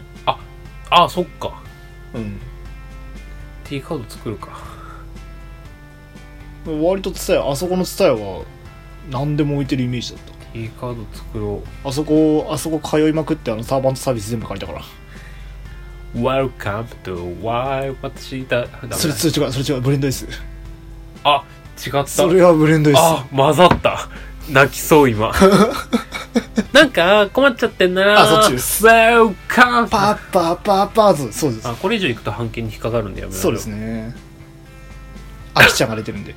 S2: あ、そっか。
S1: うん。
S2: T カード作るか。
S1: 割とツタヤあそこのツタヤは何でも置いてるイメージだっ
S2: T カード作ろ
S1: たあそこあそこ通いまくってあのサーバントサービス全部借りたか
S2: う。Welcome to Why 私だ。ダメ
S1: ら
S2: だ
S1: それそれ違うそれ違うブレンドです
S2: あ、違った。
S1: それはブレンドです
S2: あ、混ざった。泣きそ う、今。なんか、困っちゃってんな
S1: あそっちです。
S2: Welcome!
S1: パーパーパーパーズそうです
S2: あ、これ以上行くと判件に引っかかるんだよ。
S1: そうです
S2: ね。
S1: ねアキちゃんが出てるんでい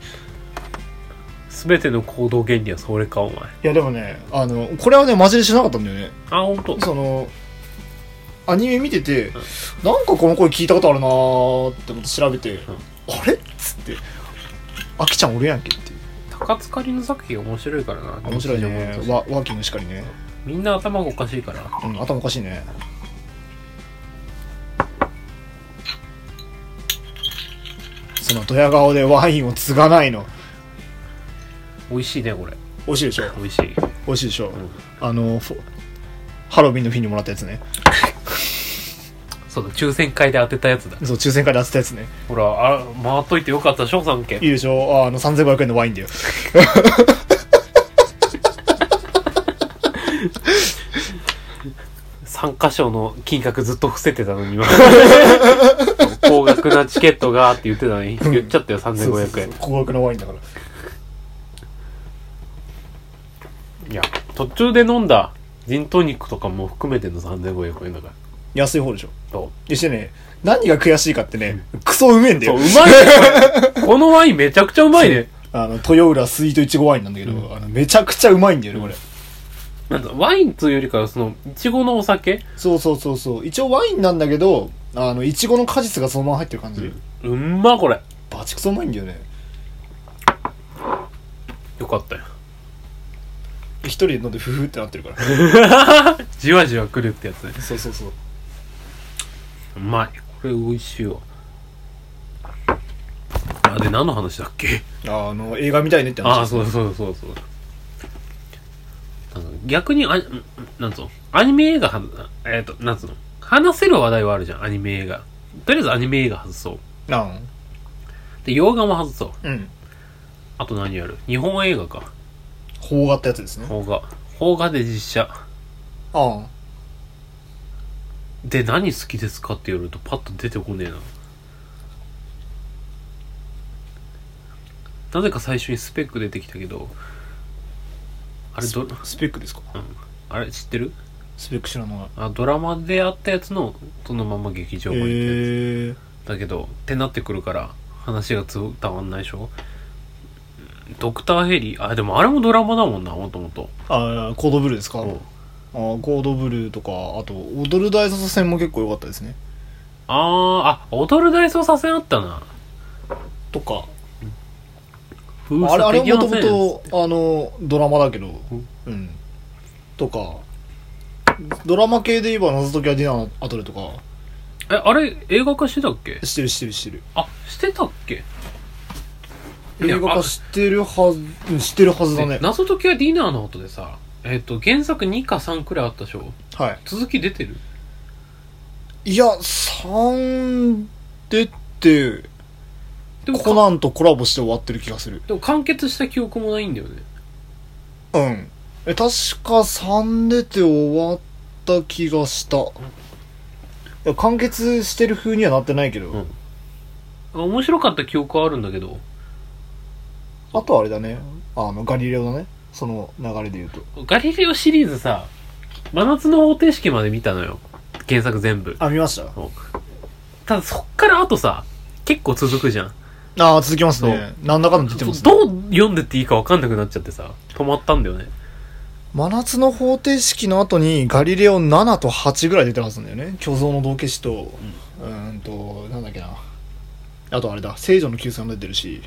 S2: すべての行動原理はそれか、お前。
S1: やでもねあのこれはねマジでしなかったんだよね
S2: あ、ほんと。
S1: そのアニメ見てて、なんかこの声聞いたことあるなーって思って調べて、あれっつってアキちゃんおるやんけっていう
S2: 高塚りの作品面白いからな。
S1: 面白いね
S2: 日常も
S1: ワワーキングしかりね
S2: みんな頭がおかしいから。
S1: うん、頭おかしいね。そのドヤ顔でワインを継がないの。
S2: 美味しいね、これ。
S1: 美味しいでしょ
S2: 美味しい。
S1: 美味しいでしょ、
S2: ん
S1: あの、フォハロウィンの日にもらったやつね。
S2: そうだ、抽選会で当てたやつだ。
S1: そう、抽選会で当てたやつね。
S2: ほら、あ、回っといてよかった、翔さんけ
S1: い。いでしょああの、3500円のワインだよ。
S2: 参加賞の金額ずっと伏せてた のに今高額なチケットがって言ってたのに言っちゃったよ
S1: そうそう
S2: 3500
S1: そう
S2: 円
S1: 高額のワインだから。
S2: いや途中で飲んだジントニックとかも含めての3500円だから
S1: 安い方でしょ
S2: そ
S1: でしてね、何が悔しいかってね、クソうめえん
S2: う
S1: だ
S2: そう
S1: よ
S2: う。まいね これこのワインめちゃくちゃうまいね
S1: あの、豊浦スイートいちごワインなんだけど、あのめちゃくちゃうまいんだよね、これ。
S2: なんだワインというよりかはそのいちごのお酒
S1: そうそうそうそう一応ワインなんだけどあのいちごの果実がそのまま入ってる感じ、
S2: うんまこれ
S1: バチクソうまいんだよね
S2: よかったよ
S1: 一人で飲んでフフってなってるから
S2: じわじわくるってやつね
S1: そうそうそう
S2: うまいこれ美味しいわあで何の話だっけ
S1: ああの映画見たいねって話
S2: ああそうそうそうそうあの逆にあんなんつうのアニメ映画はえっ、となんつうの話せる話題はあるじゃんアニメ映画とりあえずアニメ映画外そう
S1: あ
S2: で洋画も外そう
S1: うん
S2: あと何やる日本映画か
S1: 邦画ってやつですね
S2: 邦画邦画で実写
S1: あ
S2: で何好きですかって言われるとパッと出てこねえななぜか最初にスペック出てきたけどあれど
S1: あスペックですか
S2: あれ知ってる
S1: スペック知らない
S2: あドラマであったやつのそのまま劇場
S1: へ
S2: 版行ったや
S1: え
S2: つだけどってなってくるから話がつたわんないでしょうんドクターヘリあでもあれもドラマだもんなもともと
S1: ああコードブルーですかあ
S2: うん
S1: あコードブルーとかあと踊る大捜査線も結構良かったですね
S2: あーあ踊る大捜査線あったな
S1: とか
S2: 封
S1: あれあれ
S2: 鎖
S1: は
S2: 的
S1: もと
S2: な線
S1: もとあのドラマだけど
S2: うん
S1: うんとかドラマ系で言えば謎解きはディナーの後でとか
S2: えあれ映画化してたっけ
S1: してるしてるしてる
S2: あしてたっけ
S1: 映画化してるはずうん、してるはずだ
S2: で
S1: ね。
S2: 謎解きはディナーの後でさ、えっ、と、原作2か3くらいあったでしょ
S1: は
S2: 続き出てる
S1: い。いや、3出て、
S2: でもか
S1: コナンとコラボして終わってる気がする。
S2: でも完結した記憶もないんだよね。
S1: うん。え、確か3出て終わった気がした。いや完結してる風にはなってないけど、
S2: うんあ面白かった記憶はあるんだけど、
S1: あとはあれだね。あの、ガリレオだね。その流れで言うと。
S2: ガリレオシリーズさ、真夏の方程式まで見たのよ。原作全部。
S1: あ、見ました
S2: ただそっからあとさ、結構続くじゃん。
S1: ああ、続きますね。なんだかんだ出てますね。
S2: どう読んでっていいかわかんなくなっちゃってさ、止まったんだよね。
S1: 真夏の方程式の後に、ガリレオ7と8ぐらい出てるはずなんだよね。虚像の道化師と、うーんと、なんだっけな。あとあれだ、聖女の救済も出てるし。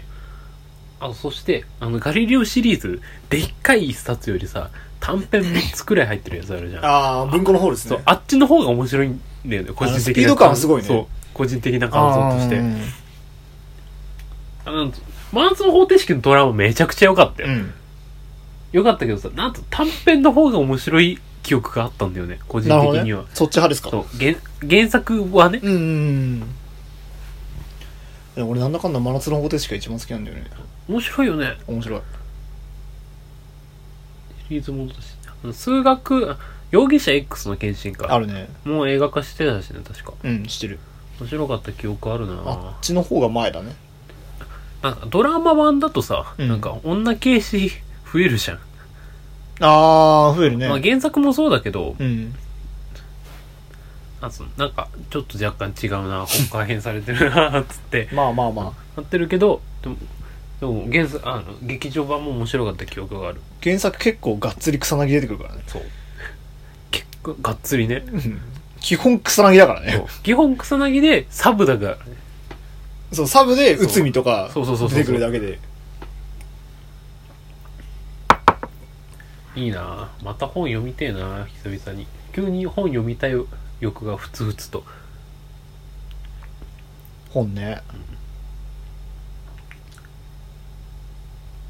S2: あそして、あの、ガリレオシリーズ、でっかい一冊よりさ、短編3つくらい入ってるやつあるじゃん。
S1: ああ、文庫の方です
S2: そう、あっちの方が面白いんだよね、個人的な感。
S1: スピード感はすごいね
S2: そう、個人的な感想として。あの、マンツの方程式のドラマめちゃくちゃ良かったよ。
S1: うん。
S2: 良かったけどさ、なんと短編の方が面白い記憶があったんだよね、個人
S1: なるほ
S2: 的
S1: ど
S2: に
S1: ね
S2: は。。
S1: そっち派ですか。
S2: そう、原、原作はね、
S1: うんうんうん。でも俺なんだかんだ真夏の方程式が一番好きなんだよね。
S2: 面白いよね。
S1: 面白い。
S2: シリーズものだし。あの数学、あ容疑者 X の献身
S1: あ
S2: か。
S1: るね。
S2: もう映画化してたしね、確か。
S1: うん、してる。
S2: 面白かった記憶ある
S1: あ
S2: な
S1: っちの方が前だね。
S2: なんかドラマ版だとさ、
S1: うん
S2: なんか女形式増えるじゃん。
S1: ああ、増えるね。
S2: まあ原作もそうだけど、
S1: うん。
S2: あそのなんかちょっと若干違うな、今回変されてるな、つって。
S1: まあまあまあ。
S2: なってるけど、でも、でも原作、あの、劇場版も面白かった記憶がある。
S1: 原作結構がっつり草薙出てくるからね。
S2: そう。結構、がっつりね。
S1: 基本草薙だから
S2: そ
S1: ね
S2: う。基本草薙でサブだからね。
S1: そう、サブで内海とか
S2: そうそうそうそう
S1: 出てくるだけで。
S2: いいなぁまた本読みてえなぁ久々に。急に本読みたい欲がふつふつと。
S1: 本ね。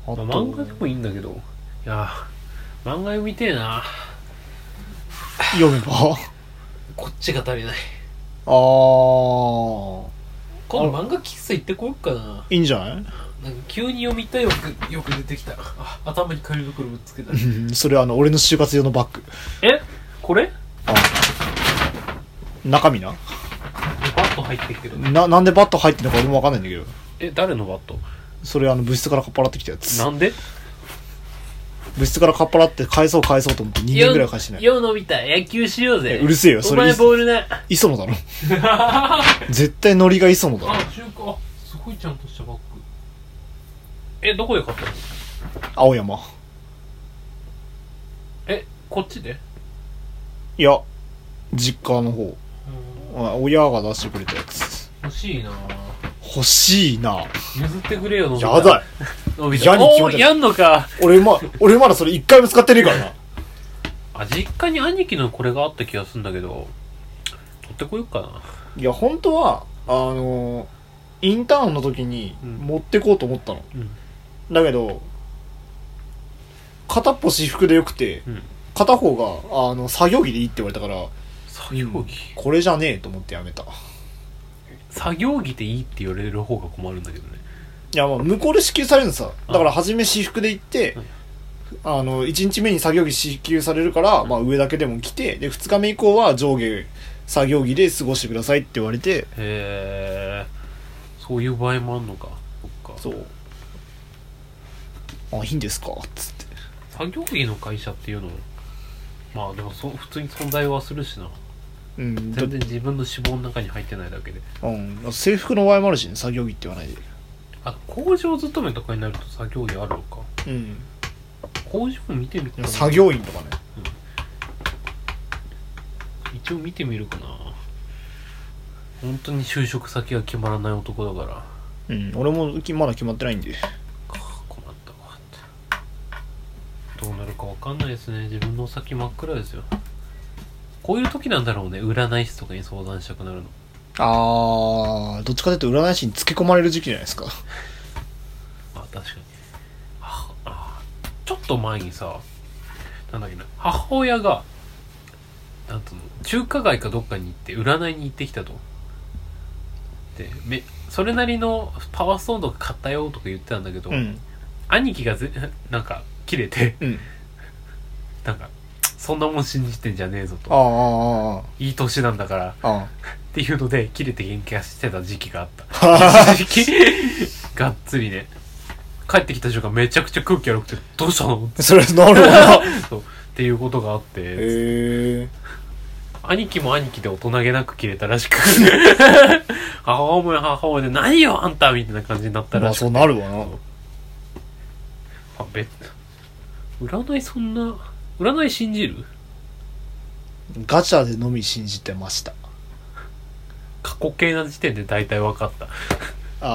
S1: あ
S2: まあ
S1: と、
S2: 漫画でもいいんだけど。いやぁ漫画読みてえなぁ
S1: 読めば
S2: こっちが足りない。
S1: あー、
S2: 今度漫画喫茶行ってこよっかない
S1: いんじゃない
S2: なんか急に読みたい欲、よく出てきた。あ、頭に紙袋ぶっつけた。
S1: うんそれはあの、俺の就活用のバッグ。
S2: えこれ
S1: 中身な。
S2: バット入ってきてる。
S1: な、なんでバット入ってるのか俺もわかんないんだけど。
S2: え、誰のバット
S1: それあの、部室からかっぱらってきたやつ。
S2: なんで
S1: 部室からかっぱらって返そう返そうと思って2年ぐらい返してない。
S2: よう飲みたい。野球しよう
S1: え
S2: ぜ
S1: うるせえよそれ
S2: お前ボールな。あ、
S1: 磯野だろ。 絶対ノリが磯野だろ。
S2: 中古。あ、すごいちゃんとしたバッグ。え、どこで買ったの
S1: 青山。
S2: え、こっちで
S1: いや、実家の方。あ親が出してくれたやつ。
S2: 欲しいな
S1: 欲しいな。
S2: 譲ってくれよ、のび太。
S1: やだ。
S2: のび太。
S1: やに決ま
S2: お
S1: っ
S2: ー
S1: てる
S2: やんのか。
S1: 俺ま、俺まだそれ一回も使ってねえからな。
S2: あ、実家に兄貴のこれがあった気がするんだけど、取ってこようかな。
S1: いや、本当は、あのー、インターンの時に
S2: うん
S1: 持ってこうと思ったの。
S2: うん
S1: だけど、片っぽ私服でよくて、
S2: うん
S1: 片方が、あの、作業着でいいって言われたから、
S2: 作業着。
S1: これじゃねえと思ってやめた。い
S2: 作業着でいいって言われる方が困るんだけどね。
S1: や、まあ、向こうで支給されるのさ。だから、初め私服で行って、あの、1日目に作業着支給されるから、まあ、上だけでも着て、で、2日目以降は上下作業着で過ごしてくださいって言われて、
S2: へえ。そういう場合もあんのか。そっか。
S1: そう。あ、いいんですかつって。
S2: 作業着の会社っていうのまあでもそ普通に存在はするしな
S1: うん、だ
S2: 全然自分の脂肪の中に入ってないだけで
S1: うん、制服の場合もあるしね、作業着って言わないで。
S2: あ工場勤めとかになると作業着あるのか
S1: うん。
S2: 工場見てみるかな
S1: 作業員とかね。
S2: 一応見てみるかな本当に就職先が決まらない男だか
S1: う
S2: ら
S1: ん、俺もきまだ決まってないんで。
S2: か困ったわってどうなるかわかんないですね自分の先真っ暗ですよこういう時なんだろうね占い師とかに相談したくなるの
S1: あー、どっちかというと占い師につけ込まれる時期じゃないですか。
S2: まあ確かにはあちょっと前にさなんだっけな母親がなんつうの中華街かどっかに行って占いに行ってきたとでめそれなりのパワーストーンとか買ったよとか言ってたんだけど、
S1: うん。
S2: 兄貴がぜ なんか切れて
S1: うん。
S2: なんかそんなもん信じてんじゃねえぞ
S1: あ
S2: と
S1: あ、あ
S2: いい年なんだから
S1: あ、ああ。
S2: っていうので切れて喧嘩してた時期が あった
S1: ああ。
S2: がっつりね帰ってきた瞬間めちゃくちゃ空気悪くてどうしたの
S1: それ、なるほどな。
S2: そうっていうことがあって、
S1: へえ。
S2: 兄貴も兄貴で大人げなく切れたら しく母親も母親で「何よあんた!」みたいな感じになった
S1: ま
S2: ら
S1: あ、
S2: しく
S1: そうなるわな。
S2: あ別占いそんな占い信じる
S1: ガチャでのみ信じてました。
S2: 過去形な時点で大体分かった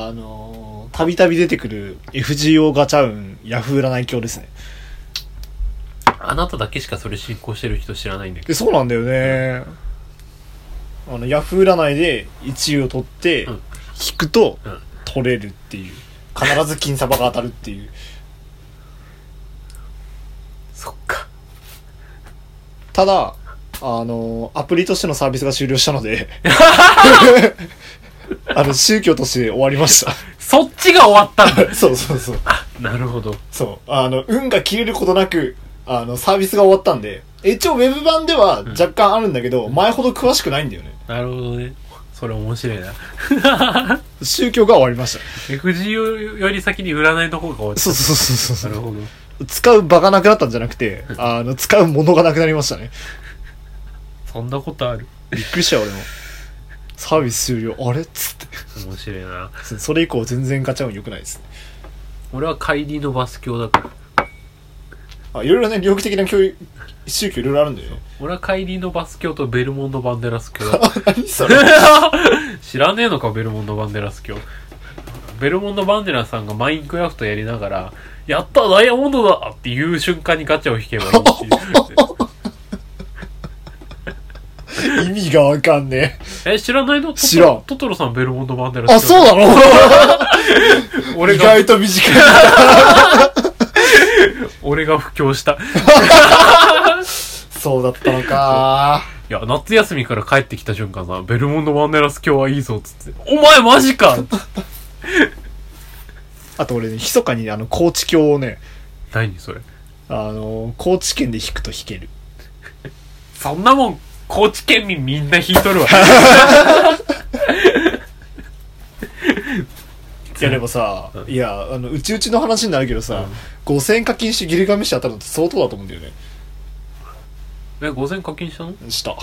S1: あのー、たびたび出てくる FGO ガチャ運、ヤフー占い教ですね。
S2: あなただけしかそれ信仰してる人知らないんだけ
S1: でそうなんだよね。あの、ヤフー占いで1位を取って、
S2: うん
S1: 引くと
S2: うん、
S1: 取れるっていう。必ず金サバが当たるっていう。
S2: どそっか
S1: ただ、あのー、アプリとしてのサービスが終了したの で、あの、宗教として終わりまし
S2: そっちが終わったんだ
S1: た。 そうそうそう。
S2: なるほど
S1: そう。あの、運が切れることなく、あの、サービスが終わったんで、一応ウェブ版では若干あるんだけど、前ほど詳しくないんだよね。
S2: なるほどねそれ面白いな
S1: 宗教が終わりまし。
S2: FGO より先に占いの方が終わっ た
S1: そうそうそう
S2: たなるほど
S1: う。使う場がなくなったんじゃなくて、あの、使うものがなくなりましたね。
S2: そんなことある
S1: びっくりしたよ、俺も。サービス終了、あれっつって。
S2: 面白いな
S1: そそれ以降全然ガチャ運良くないですね。
S2: 俺は帰りのバス教だから
S1: あ、いろいろね、猟奇的な教育、宗教いろいろあるんだよね。
S2: 俺は帰りのバス教とベルモンド・バンデラス教だか
S1: 何そ れ
S2: ら知らねえのかベルモンド・バンデラス教ベルモンド・バンデラさんがマインクラフトやりながら「やったダイヤモンドだ!」っていう瞬間にガチャを引けばい いっていう
S1: 意味がわかんね
S2: え知らないのトトロ
S1: 知らん
S2: トトロさんベルモンド・バンデラ
S1: え。
S2: ス
S1: あ、そうなの
S2: 俺
S1: 意
S2: が
S1: 外と短い。
S2: 俺が布教した
S1: そうだったのか
S2: いや、夏休みから帰ってきた瞬間さ、ベルモンド・バンデラス今日はいいぞっつって、お前マジか
S1: あと俺ね、密かにねあの、高知教をね、
S2: 何それ。
S1: あの、高知県で弾くと弾ける。
S2: そんなもん、高知県民みんな引いとるわ。
S1: いやでもさ、
S2: うん
S1: いや、あの、うちうちの話になるけどさ、5000課金してギルガメッシュ当たるのって相当だと思うんだよね。
S2: え、5000課金したの
S1: した。
S2: あ、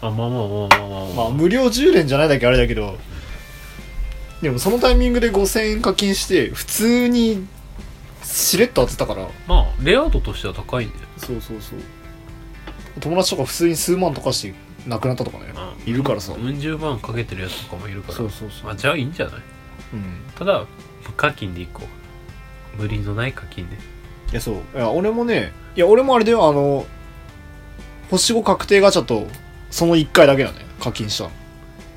S2: まあまあまあまあまあま
S1: ま
S2: あ。
S1: あ、無料10連じゃないだけあれだけど、でもそのタイミングで5000課金して、普通に、しれっと当てたから、
S2: まあ、レア度としては高いんだよ。
S1: そうそうそう。友達とか普通に数万とかして亡くなったとかね、
S2: う
S1: いるからさ。
S2: うん、十万かけてるやつとかもいるから。
S1: そうそうそう。
S2: まあ、じゃあいいんじゃない
S1: うん。
S2: ただ、無課金でいこう。無理のない課金で。
S1: いや、そう。いや、俺もね、いや、俺もあれだよ、あの、星5確定ガチャと、その1回だけだね、課金したの。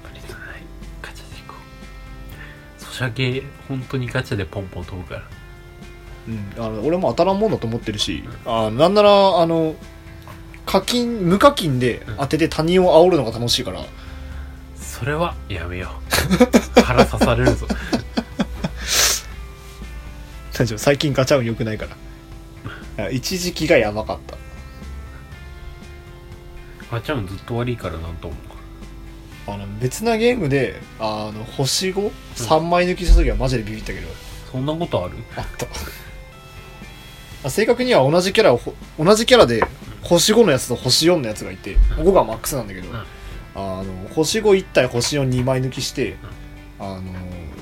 S2: 無理のないガチャでいこう。ソシャゲ、本当にガチャでポンポン飛ぶから。
S1: うん。あの、俺も当たらんもんだと思ってるし、あなんなら、あの、課金、無課金で当てて他人を煽るのが楽しいから、
S2: それはやめよう腹刺されるぞ
S1: 大丈夫、最近ガチャ運良くないから。いや一時期がやばかった。
S2: ガチャンずっと悪いからなんと思
S1: あの、別なゲームで、あの、星 5?3 枚抜きした時はマジでビビったけど、
S2: うそんなことある
S1: あったあ正確には同じキャラをほ同じキャラで星5のやつと星4のやつがいて5がマックスなんだけど、
S2: うん
S1: あの星51対星42枚抜きして、あの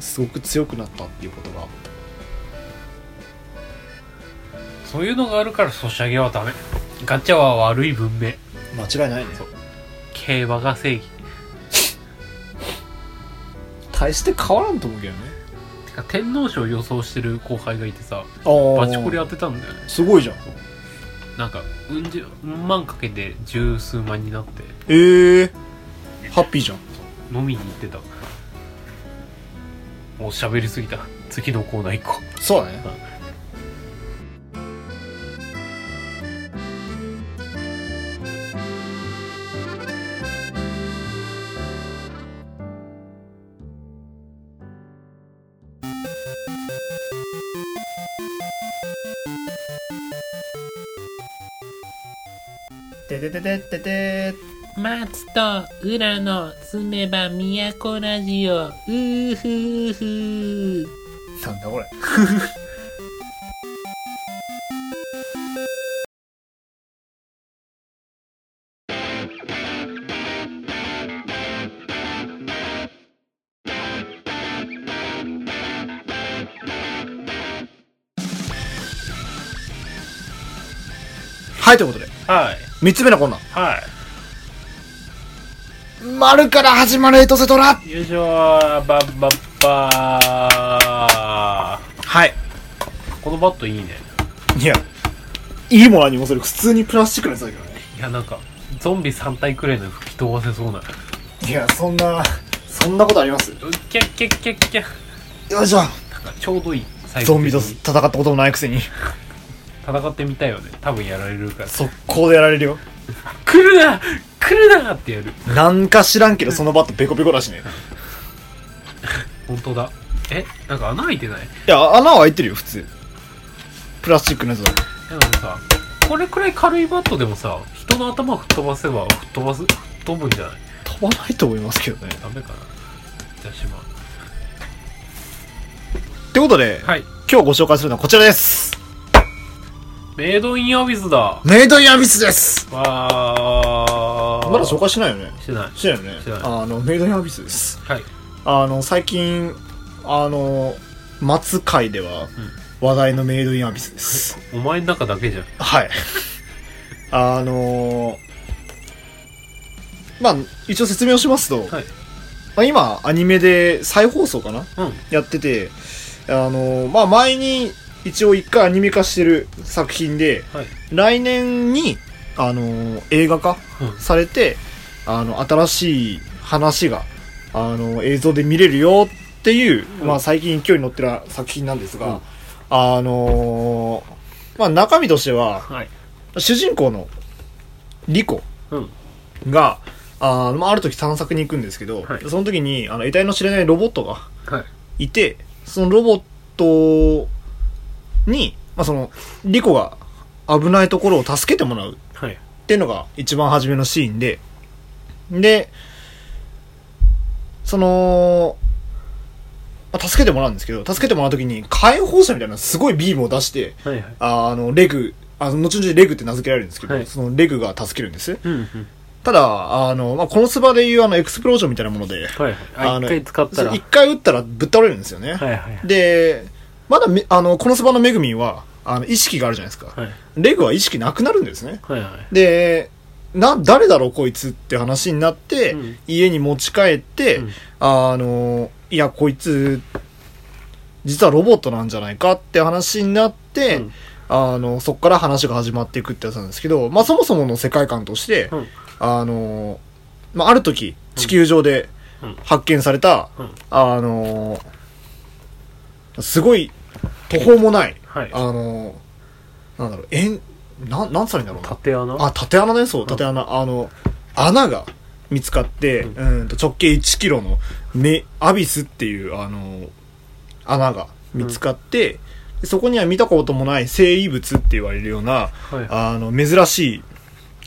S1: すごく強くなったっていうことが
S2: そういうのがあるからソシャゲはダメガチャは悪い文明
S1: 間違いないね
S2: 競馬が正義
S1: 大して変わらんと思うけどね
S2: てか天皇賞予想してる後輩がいて
S1: あ
S2: さバチコリ当てたんだよね
S1: すごいじゃん
S2: なんかうん十うん万かけて十数万になって
S1: ええハッピーじゃん
S2: 飲みに行ってたもう喋りすぎた
S4: 次のコーナー行こ
S1: そうだね。てててててて
S4: う松と浦野住めば都ラジオうーふーふー
S1: なんだこれ。はい、ということで、
S4: はい
S1: 三つ目のコーナ
S4: は
S1: ー。丸から始まるエトセトラ
S4: いよいしょーバッバッバ
S1: はい。
S4: ーこのバットいいね
S1: いや、いいも何もそれ、普通にプラスチックのやつだけどね。
S4: いやなんかゾンビ3体くらいの吹き飛ばせそうない
S1: や、そんな、そんなことあります
S4: うっキャッキャッキャッキャッ
S1: よいしょ
S4: なんかちょうどいい最後
S1: ゾンビと戦ったこともないくせに、
S4: 戦ってみたいよね多分やられるから
S1: 速攻でやられるよ。
S4: 来るな来るなってやる
S1: なんか知らんけど、そのバットペコペコだしね。
S4: 本当だえなんか穴開いてない
S1: いや、穴は開いてるよ、普通。プラスチックのやつだ。
S4: でもさこれくらい軽いバットでもさ人の頭吹っ飛ばせば吹っ飛ばす吹っ飛ぶんじゃない
S1: 飛ばないと思いますけどね。
S4: ダメかなじゃあしまう
S1: ってことで、
S4: はい
S1: 今日ご紹介するのはこちらです。
S4: メイドインアビスだ
S1: メイドインアビスです
S4: わー
S1: まだ紹介してないよね。
S4: してない
S1: してないよね
S4: してない。
S1: あの、メイドインアビスです。
S4: はい
S1: あの、最近、あの、松会では、話題のメイドインアビスです。
S4: お前の中だけじゃん
S1: はい。あのーまあ、一応説明をしますと、
S4: は
S1: ま
S4: い
S1: あ、今、アニメで再放送かな
S4: うん
S1: やってて、あのーまあ、前に一応一回アニメ化してる作品で、
S4: はい
S1: 来年に、あのー映画化
S4: うん
S1: されて、あの、新しい話が、あの映像で見れるよっていう、
S4: うん
S1: まあ、最近勢いに乗ってる作品なんですが、
S4: うん
S1: あのーまあ、中身としては、
S4: はい
S1: 主人公のリコ
S4: うん
S1: が、あーまあ、ある時探索に行くんですけど、
S4: はい
S1: その時にあの得体の知れないロボットが
S4: はい
S1: いて、そのロボットに、まあ、その、リコが危ないところを助けてもらう
S4: はい
S1: っていうのが一番初めのシーンで、で、その、まあ、助けてもらうんですけど、助けてもらう時に解放者みたいなすごいビームを出して、
S4: はいはい
S1: あの、レグ、あの、後々レグって名付けられるんですけど、
S4: はい
S1: そのレグが助けるんです。
S4: うんうん
S1: ただ、あの、まあ、このスバでいうあの、エクスプロージョンみたいなもので、
S4: はいはいあ
S1: あの
S4: 一回使ったらは
S1: 一
S4: い
S1: 回撃ったらぶっ倒れるんですよね。
S4: はいはい
S1: で、まだめ、あの、このスバのメグミンは、あの、意識があるじゃないですか。
S4: はい
S1: レグは意識なくなるんですね。
S4: はいはい
S1: で、な、誰だろうこいつって話になって、
S4: うん
S1: 家に持ち帰って、
S4: うん
S1: あの、いや、こいつ、実はロボットなんじゃないかって話になって、
S4: うん
S1: あの、そっから話が始まっていくってやつなんですけど、まあそもそもの世界観として、
S4: うん
S1: あの、まあある時、地球上で
S4: うん
S1: 発見された、
S4: うん
S1: あの、すごい途方もない、
S4: はい
S1: あの、なんだろう、えん、なん、なんつったらいいんだろうな。
S4: 縦穴
S1: あ、縦穴ね、そう、縦穴。あの、穴が見つかって、う、
S4: うん
S1: と直径1キロの、ね、アビスっていう、あの、穴が見つかって、でそこには見たこともない生異物って言われるような、
S4: はいはい
S1: あの、珍し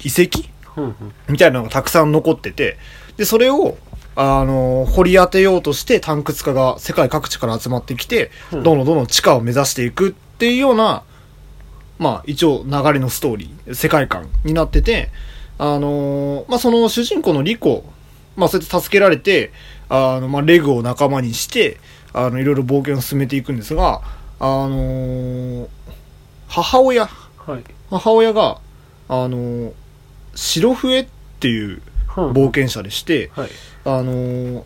S1: い遺跡
S4: うんうん
S1: みたいなのがたくさん残ってて、で、それを、あの、掘り当てようとして、探掘家が世界各地から集まってきて、
S4: うん
S1: どんどんどんどん地下を目指していくっていうような、まあ、一応流れのストーリー、世界観になってて、あのまあ、その主人公のリコ、まあ、そうやって助けられて、あの、まあ、レグを仲間にして、あの、いろいろ冒険を進めていくんですが、あの母親、
S4: はい
S1: 母親が、あの、白笛っていう
S4: うん
S1: 冒険者でして、
S4: はい
S1: あの、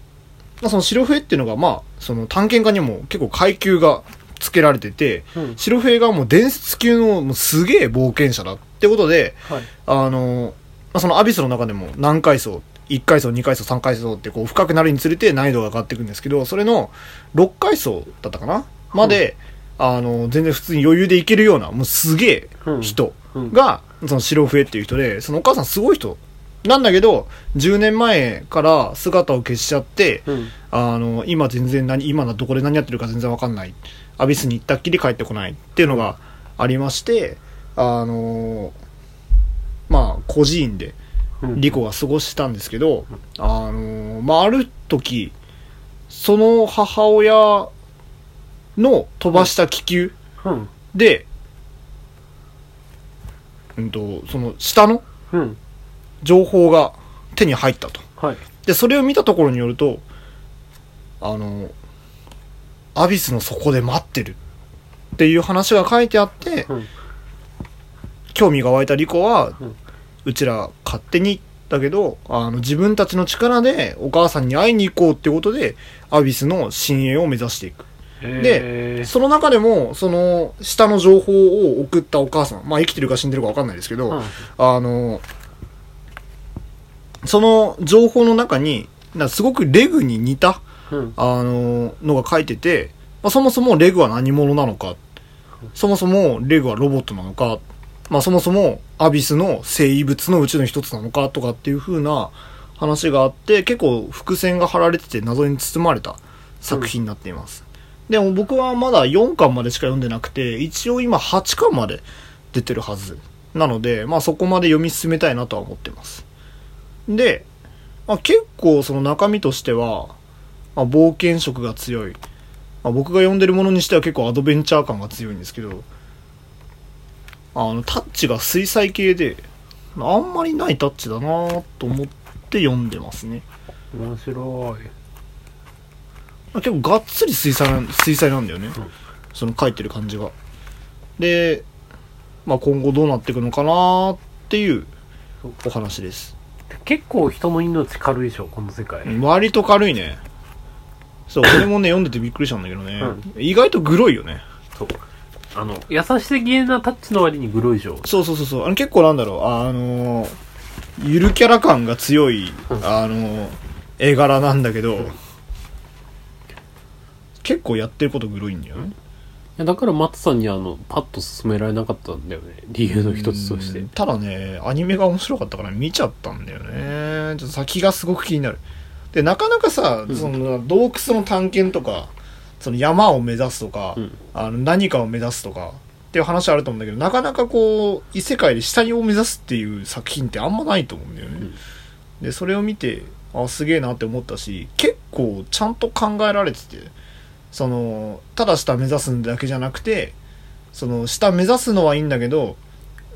S1: まあ、その白笛っていうのが、まあ、その探検家にも結構階級がつけられてて、
S4: うん
S1: 白笛がもう伝説級のもうすげえ冒険者だってことで、
S4: はい
S1: あの、まあ、そのアビスの中でも何階層、1階層、2階層、3階層ってこう深くなるにつれて難易度が上がっていくんですけど、それの6階層だったかなまで、あの、全然普通に余裕で行けるような、もうすげえ人
S2: うんうん
S1: が、その白笛っていう人で、そのお母さんすごい人なんだけど、10年前から姿を消しちゃって、
S2: うん
S1: あの、今全然何、今のどこで何やってるか全然わかんない。アビスに行ったっきり帰ってこないっていうのがありまして、あの、まあ、孤児院で、
S2: うん
S1: リコが過ごしたんですけど、あのまあ、ある時、その母親の飛ばした気球
S2: うん
S1: で、うんと、その下の
S2: うん
S1: 情報が手に入ったと。
S2: はい
S1: で、それを見たところによると、あの、アビスの底で待ってるっていう話が書いてあって、
S2: うん
S1: 興味が湧いたリコは、
S2: う
S1: うんちら勝手にだけどあの自分たちの力でお母さんに会いに行こうってことでアビスの深淵を目指していく
S4: で
S1: その中でもその下の情報を送ったお母さんまあ生きてるか死んでるか分かんないですけど、
S2: うん
S1: あのその情報の中になすごくレグに似た
S2: うん
S1: あののが書いてて、まあ、そもそもレグは何者なのか、そもそもレグはロボットなのか、まあ、そもそもアビスの生物のうちの一つなのかとかっていう風な話があって、結構伏線が張られてて謎に包まれた作品になっています。でも僕はまだ4巻までしか読んでなくて、一応今8巻まで出てるはず。なので、まあそこまで読み進めたいなとは思ってます。で、まあ、結構その中身としては、まあ、冒険色が強い、まあ、僕が読んでるものにしては結構アドベンチャー感が強いんですけどあのタッチが水彩系であんまりないタッチだなと思って読んでますね
S2: 面白い
S1: まあ結構がっつり水彩な水彩なんだよね、
S2: ん
S1: その書いてる感じがで、まあ、今後どうなっていくのかなっていうお話です
S2: 結構人の命軽いでしょこの世界
S1: 割と軽いねそう俺もね読んでてびっくりしたんだけどね、意外とグロいよね
S2: そうあの優しすぎなタッチの割にグロいでしょ
S1: そうそうそうそうあの結構なんだろうあのーゆるキャラ感が強い、
S2: うん
S1: あのー絵柄なんだけど、結構やってることグロいんだよね、
S2: いやだから松さんにあのパッと進められなかったんだよね理由の一つとして
S1: うんただねアニメが面白かったから見ちゃったんだよねちょっと先がすごく気になるでなかなかさ、
S2: うん
S1: その洞窟の探検とかその山を目指すとか、
S2: うん
S1: あの何かを目指すとかっていう話あると思うんだけどなかなかこう異世界で下にを目指すっていう作品ってあんまないと思うんだよね、
S2: うん
S1: でそれを見てあすげえなって思ったし結構ちゃんと考えられててそのただ下目指すんだけじゃなくてその下目指すのはいいんだけど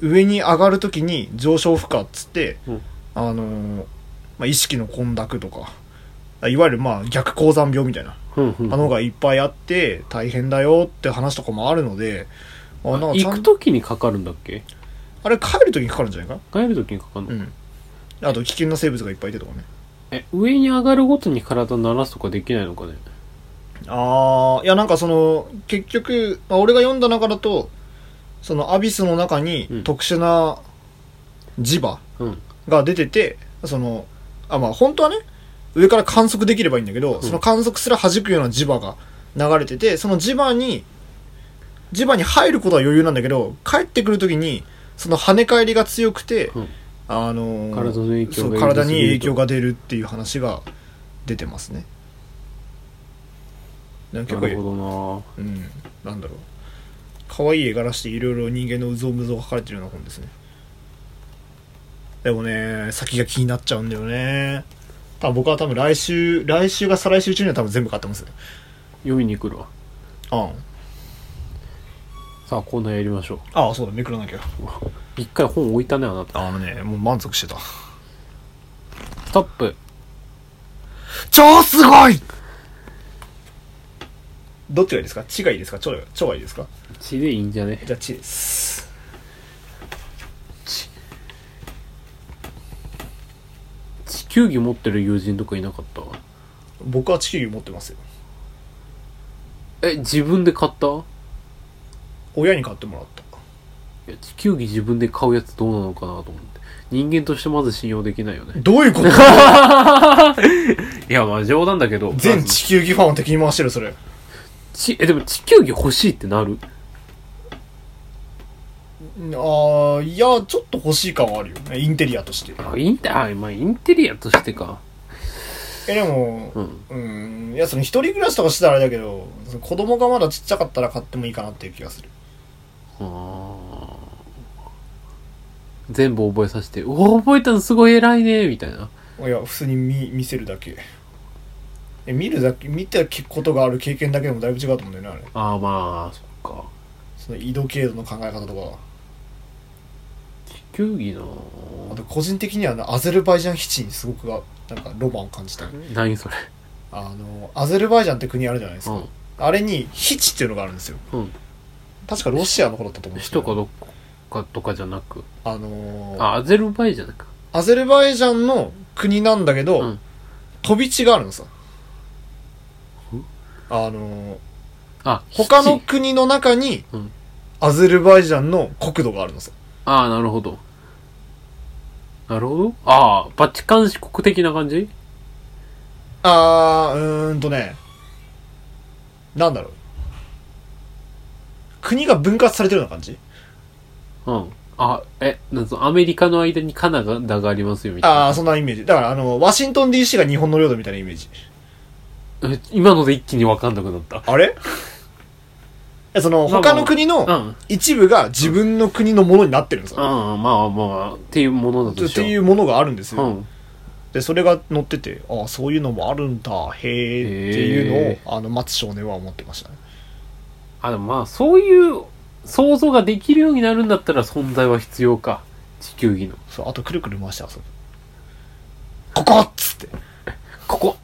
S1: 上に上がるときに上昇負荷っつって、
S2: うん
S1: あのーまあ、意識の混濁とかあいわゆるまあ逆高山病みたいな
S2: うんうん
S1: あのがいっぱいあって大変だよって話とかもあるのであなんかち
S2: 行
S1: ゃ
S2: く
S1: ん
S2: 時にかかるんだっけ
S1: あれ帰るときにかかるんじゃないか
S2: 帰る時にかかるの、
S1: うんあと危険な生物がいっぱいいてとかね
S2: え上に上がるごとに体慣らすとかできないのかね
S1: ああいやなんかその結局、まあ、俺が読んだ中だとそのアビスの中
S2: うん
S1: に特殊な磁場
S2: うん
S1: が出てて、そのあまあ本当はね上から観測できればいいんだけど、
S2: ん
S1: その観測すら弾くような磁場が流れててその磁場に磁場に入ることは余裕なんだけど帰ってくる時にその跳ね返りが強くて、
S2: うん
S1: あのー
S2: 体の影響が
S1: そう体に影響が出るっていう話が出てますねなんか
S2: な
S1: 結構
S2: るほ
S1: う
S2: ど
S1: ん、なんだろう可愛い絵柄していろいろ人間のうぞうむぞうが書かれてるような本ですねでもね先が気になっちゃうんだよね多分僕は多分来週来週が再来週中には多分全部買ってますね
S2: な読みに来るわ
S1: あ
S2: さあコーナーやりましょう
S1: あああそうだめくらなきゃ
S2: 一回本置いたねあなた
S1: あのねもう満足してた
S2: ストップ
S1: 超すごいどっちがいいですか「ち」がいいですか「ちょ」ちょがいいですか
S2: 血でいいんじゃね
S1: じゃあ「ち」です
S2: 地球儀持ってる友人とかいなかった
S1: 僕は地球儀持ってますよ
S2: え自分で買った
S1: 親に買ってもらった
S2: いや地球儀自分で買うやつどうなのかなと思って人間としてまず信用できないよね
S1: どういうこと
S2: いやまあ冗談だけど
S1: 全地球儀ファンを敵に回してるそれ
S2: ち、え、でも地球儀欲しいってなる
S1: ああ、いや、ちょっと欲しい感はあるよね。インテリアとして。
S2: あ、インテ、あ、まあインテリアとしてか。
S1: え、でも、
S2: うん。
S1: うん、いや、その一人暮らしとかしてたらあれだけど、その子供がまだちっちゃかったら買ってもいいかなっていう気がする。
S2: あー全部覚えさせて、おお、覚えたのすごい偉いね、みたいな。
S1: いや、普通に見、見せるだけ。え、見るだけ、見たことがある経験だけでもだいぶ違うと思うんだよね、あれ。
S2: ああ、まあ、そっか。
S1: その緯度経度の考え方とか。
S2: 地球儀な
S1: あと、個人的にはね、アゼルバイジャン基地にすごくが、なんかロマンを感じた。
S2: 何それ。
S1: あの、アゼルバイジャンって国あるじゃないです
S2: う
S1: か。
S2: ん。
S1: あれに、ヒチっていうのがあるんですよ。
S2: うん。
S1: 確かロシアの方だったと思うんです
S2: 首
S1: けど
S2: とかどっかとかじゃなく。
S1: あのー
S2: あ、アゼルバイジャンか。
S1: アゼルバイジャンの国なんだけど、
S2: うん
S1: 飛び地があるのさ
S2: うん。
S1: あのー
S2: あ、
S1: 他の
S2: 七。
S1: 国の中に
S2: うん、
S1: アゼルバイジャンの国土があるのさ。
S2: ああ、なるほど。なるほど。ああ、バチカン四国的な感じ
S1: あー、うーんとね、なんだろう。国が分割されてるような感じ
S2: うん。あ、え、なんぞ、アメリカの間にカナダがありますよ、みたいな。
S1: あー、そんなイメージ。だから、あの、ワシントン DC が日本の領土みたいなイメージ。
S2: え今ので一気にわかんなくなった。
S1: あれいやその、
S2: まあまあ
S1: 他の国
S2: う
S1: の
S2: ん。
S1: 一部が自分の国のものになってるのさ。
S2: うん、まあまあ、っていうものだと
S1: っ
S2: してよ
S1: いうものがあるんです
S2: う。
S1: よ。
S2: ん。
S1: で、それが載ってて、ああ、そういうのもあるんだ、へえってい
S2: へ
S1: うのを、あの、松少年は思ってましたね。
S2: あ、でもまあ、そういう想像ができるようになるんだったら存在は必要か。地球儀の。
S1: そう、あとくるくる回して遊ぶ。ここっつって。
S2: ここ、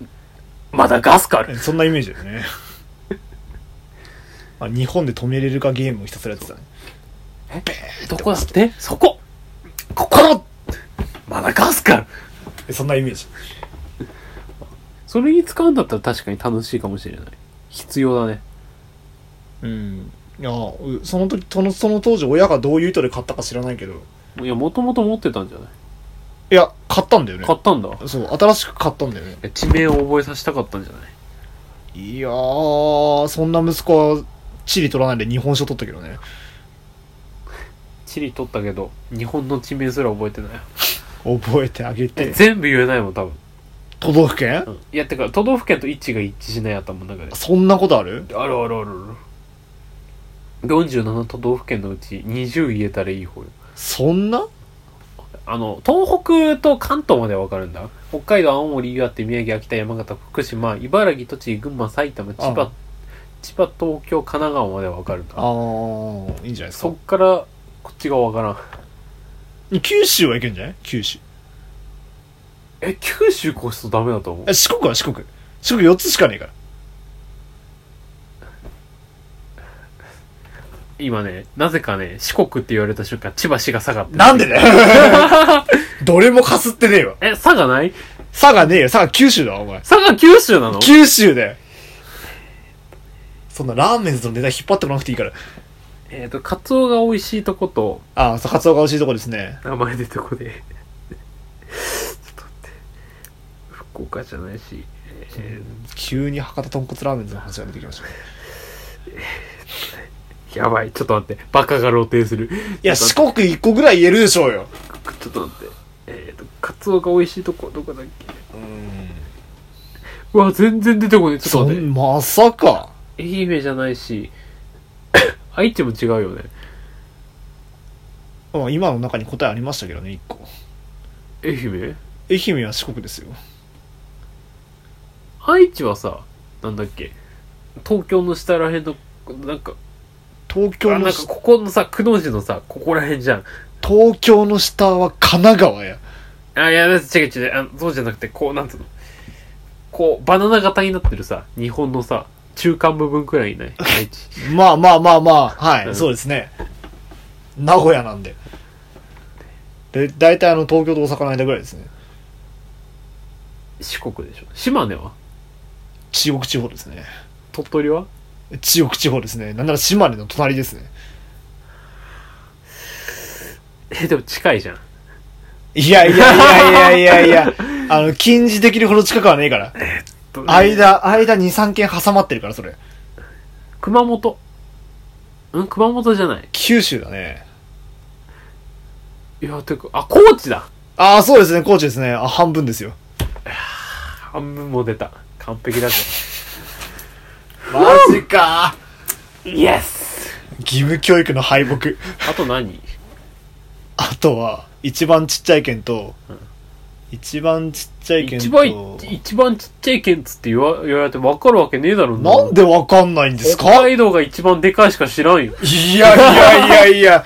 S2: まだガスカル。
S1: そんなイメージだよね。 あ日本で止めれるかゲームをひたすらやってたね。
S2: どこだってそこ
S1: ここ
S2: まだガスカル
S1: そんなイメージ。
S2: それに使うんだったら確かに楽しいかもしれない。必要だね。
S1: うん。いや、うその時、その、その当時親がどういう意図で買ったか知らないけど、
S2: いや、もともと持ってたんじゃない
S1: いや、買ったんだよね。
S2: 買ったんだ。
S1: そう、新しく買ったんだよね。
S2: え地名を覚えさせたかったんじゃない
S1: いやー、そんな息子は、チリ取らないで日本酒取ったけどね。
S2: 地理取ったけど、日本の地名すら覚えてない。
S1: 覚えてあげ
S2: え
S1: て。
S2: 全部言えないもん、多分。
S1: 都道府県
S2: うん、いや、てか、都道府県と位置が一致しない頭の中で。
S1: そんなことある
S2: あるあるあるある。47都道府県のうち20言えたらいい方よ。
S1: そんな
S2: あの、東北と関東まではわかるんだ。北海道、青森、岩手、宮城、秋田、山形、福島、茨城、栃木、群馬、埼玉、千
S1: あ
S2: 葉、千葉、東京、神奈川まではわかるんだ。
S1: あー、いいんじゃないです
S2: そ
S1: か
S2: っ。から、こっちがわからん。
S1: 九州はいけんじゃない九州。
S2: え、九州越すとダメだと思う
S1: え。四国は四国。四国4つしかねえから。
S2: 今ね、なぜかね、四国って言われた瞬間、千葉市が下がってる
S1: なんでだよ どれもかすってねえわ。
S2: え、佐賀ない
S1: 佐賀ねえよ。佐賀九州だわ、お前。
S2: 佐賀九州なの
S1: 九州だよ。そんなラーメンズのネタ引っ張ってこなくていいから。
S2: えっ、と、カツオが美味しいとこと、
S1: ああ、そうカツオが美味しいとこですね。
S2: 名前出てこで ちょっと待って福岡じゃないし、え
S1: 急に博多豚骨ラーメンズの話が出てきましたね。
S2: ーやばいちょっと待ってバカが露呈する
S1: いや、四国一個ぐらい言えるでしょうよ。
S2: ちょっと待ってえっ、とカツオが美味しいとこどこだっけうわ全然出てこないちょっ
S1: そ
S2: と待って
S1: ん、まさか。
S2: 愛媛じゃないし 愛知も違うよね
S1: うん今の中に答えありましたけどね、一個。
S2: 愛媛
S1: 愛媛は四国ですよ。
S2: 愛知はさなんだっけ東京の下らへんのなんか
S1: 東
S2: あ
S1: 京
S2: な
S1: の
S2: んかここのさ久能寺のさここらへんじゃん
S1: 東京の下は神奈川や。
S2: あ、いや、違う違う違う。あのそうじゃなくて、こう、なんつうの。こう、バナナ型になってるさ、日本のさ、中間部分くらいいない。愛知。
S1: まあまあまあまあ、は
S2: う
S1: い、
S2: ん
S1: そうですね。名古屋なんで。で、大体あの、東京と大阪の間ぐらいですね。
S2: 四国でしょ。島根は
S1: 中国地方ですね。
S2: 鳥取は
S1: 中国地方ですね。なんなら島根の隣ですね。
S2: え、でも近いじゃん。
S1: いやいやいやいやいやいや、 あの、禁じできるほど近くはねえから。
S2: ど
S1: 間、間2、3軒挟まってるから、それ。
S2: 熊本。うん熊本じゃない。
S1: 九州だね。
S2: いや、てか、あ、高知だ
S1: ああ、そうですね、高知ですね。あ、半分ですよ。
S2: 半分も出た。完璧だぜ。
S1: マジか
S2: イエス
S1: 義務教育の敗北。
S2: あと何
S1: あとは、一番ちっちゃい県と、一番ちっちゃい県と、
S2: 一番い、一番ちっちゃい県つって言わ言われて分かるわけねえだろ
S1: なんでわかんないんですか
S2: 北海道が一番でかいしか知らんよ。
S1: いやいやいやいや。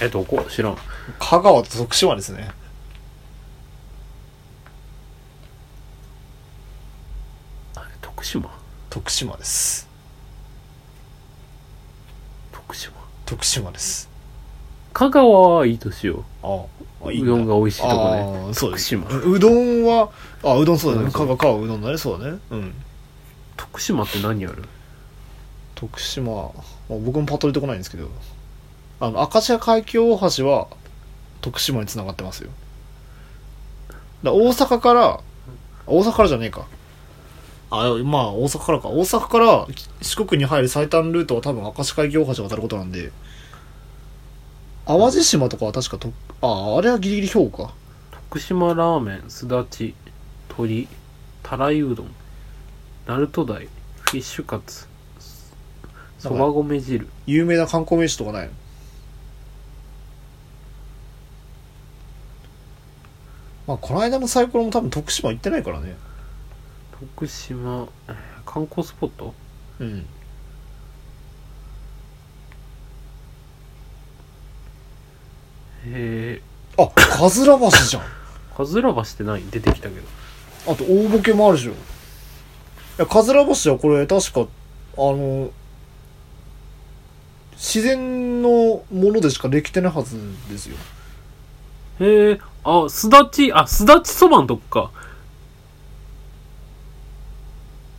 S2: え、どこ知らん。
S1: 香川と徳島ですね。
S2: あれ、徳島
S1: 徳島です。
S2: 徳島。
S1: 徳島です。
S2: 香川はいいとしよ
S1: ああ、
S2: う。
S1: いいん
S2: う
S1: だ
S2: どんが美味しいとこね。
S1: ああ、そうです。
S2: 徳
S1: ううどんは、あ、うどんそうだ
S2: う
S1: ね。
S2: んそ
S1: 香
S2: う
S1: 川、香川うどんだね。そうだね。うん。
S2: 徳島って何ある
S1: 徳島、まあ僕もパッと出てこないんですけど、あの、明石家海峡大橋は、徳島に繋がってますよ。だ大阪から、大阪からじゃねえか。あ、まあ、大阪からか。大阪から四国に入る最短ルートは多分明石海峡大橋を渡ることなんで、淡路島とかは確かと、あ、あれはギリギリ評価。
S2: 徳島ラーメン、すだち、鶏、たらいうどん、鳴門鯛、フィッシュカツ、そば米汁。
S1: 有名な観光名所とかないのまあこの間のサイコロも多分徳島行ってないからね
S2: 徳島、えー観光スポット
S1: うん
S2: へえ、
S1: あかずら橋じゃん
S2: かずら橋って何出てきたけど。
S1: あと大ボケもあるじゃんいやかずら橋はこれ確かあの自然のものでしかできてないはずですよ
S2: へえ、あ、すだち、あ、すだちそばんとこか。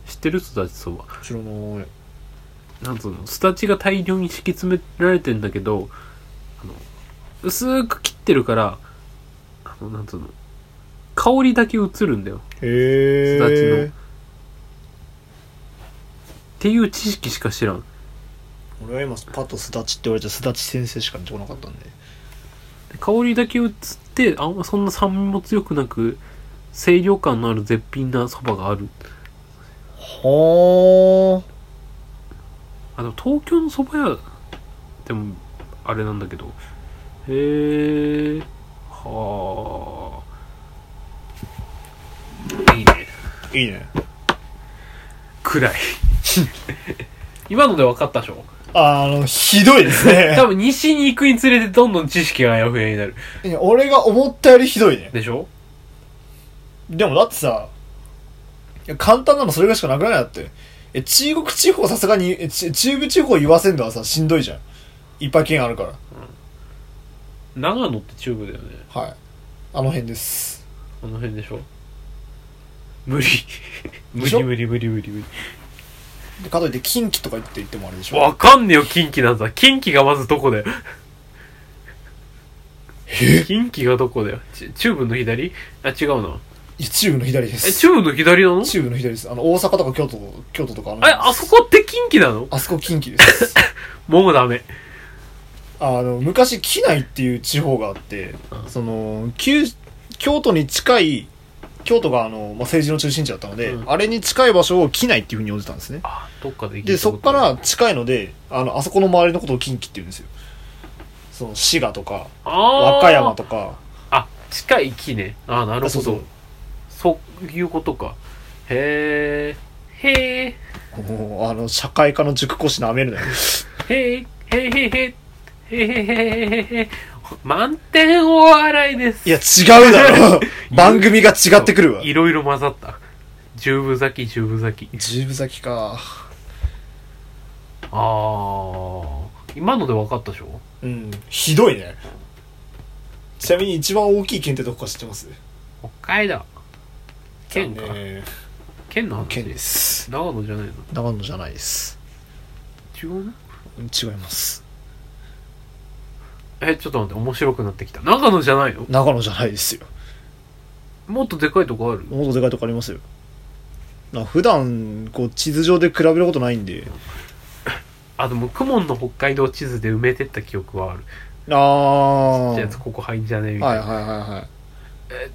S2: 知ってるすだちそば。
S1: 知らない
S2: なんつうの、すだちが大量に敷き詰められてんだけど、あの、薄く切ってるから、あの、なんつうの、香りだけ映るんだよ。
S1: へえ
S2: すだちっていう知識しか知らん。
S1: 俺は今パッとすだちって言われてすだち先生しか出てこなかったんで
S2: で香りだけ映って、あんまそんな酸味も強くなく、清涼感のある絶品なそばがある。
S1: はあ
S2: あ、でも東京の蕎麦屋、でも、あれなんだけど。へえ、はあ。いいね。
S1: いいね
S2: 暗い。 今ので分かったでしょ
S1: あの、ひどいですね
S2: 多分西に行くにつれてどんどん知識があやふやになる。
S1: いや俺が思ったよりひどいね。
S2: でしょ
S1: でもだってさ、いや簡単なのそれぐらいしかなくないだって。え、中国地方さすがに、えち中部地方言わせんのはさ、しんどいじゃん。いっぱい県あるから。
S2: 長野って中部だよね。
S1: はい。あの辺です。
S2: あの辺でしょ無理。無
S1: でしょ
S2: 理無理無理無理無理。
S1: でかといって近畿とか言って言ってもあれでしょ。
S2: わかんねえよ、近畿なんざ。近畿がまずどこだよ。近畿がどこだよ。ち中部の左あ、違うな。
S1: いや中部の左で
S2: え、
S1: す。
S2: 中部の左なの
S1: 中部の左です。あの、大阪とか京都とか、京都とかあの
S2: え、
S1: 辺です
S2: あそこって近畿なの
S1: あそこ近畿です。
S2: もうダメ。
S1: あの、昔、畿内っていう地方があって、その、旧、京都に近い、京都があの、まあ、政治の中心地だったので、
S2: うん
S1: あれに近い場所を畿内っていうふうに呼んでたんですね。
S2: あ、どっかで聞いたことある
S1: で、そこか、ら近いので、あの、あそこの周りのことを近畿って言うんですよ。その、滋賀とか、和
S2: 和
S1: 歌山とか、
S2: あ、近い木ね。あ、なるほど。
S1: あそ
S2: そうう
S1: そう
S2: いうことか。へえ。へえ。
S1: もうあの、社会科の塾講師舐めるなよ。
S2: へえ。へえへえへえ。へえへえへえへえ。満点お笑いです。
S1: いや、違うだ ろ番組が違ってくるわ。
S2: いろいろ混ざった。十分咲き、十分咲き。
S1: 十分咲きか。
S2: ああ。今ので分かったでしょ
S1: うん、ひどいね。ちなみに一番大きい県ってどこか知ってます
S2: 北海道。県か。
S1: ね
S2: 県の話
S1: 県です。
S2: 長野じゃないの
S1: 長野じゃないです。
S2: 違うの
S1: うん違います。
S2: え、ちょっと待って、面白くなってきた。長野じゃないの
S1: 長野じゃないですよ。
S2: もっとでかいとこある
S1: もっとでかいとこありますよ。な普段こう地図上で比べることないんで
S2: あでもクモンの北海道地図で埋めてった記憶はある
S1: ああ
S2: じ
S1: は
S2: ゃ
S1: い
S2: あここ入んじゃねえみたい
S1: はい
S2: な、
S1: はいはい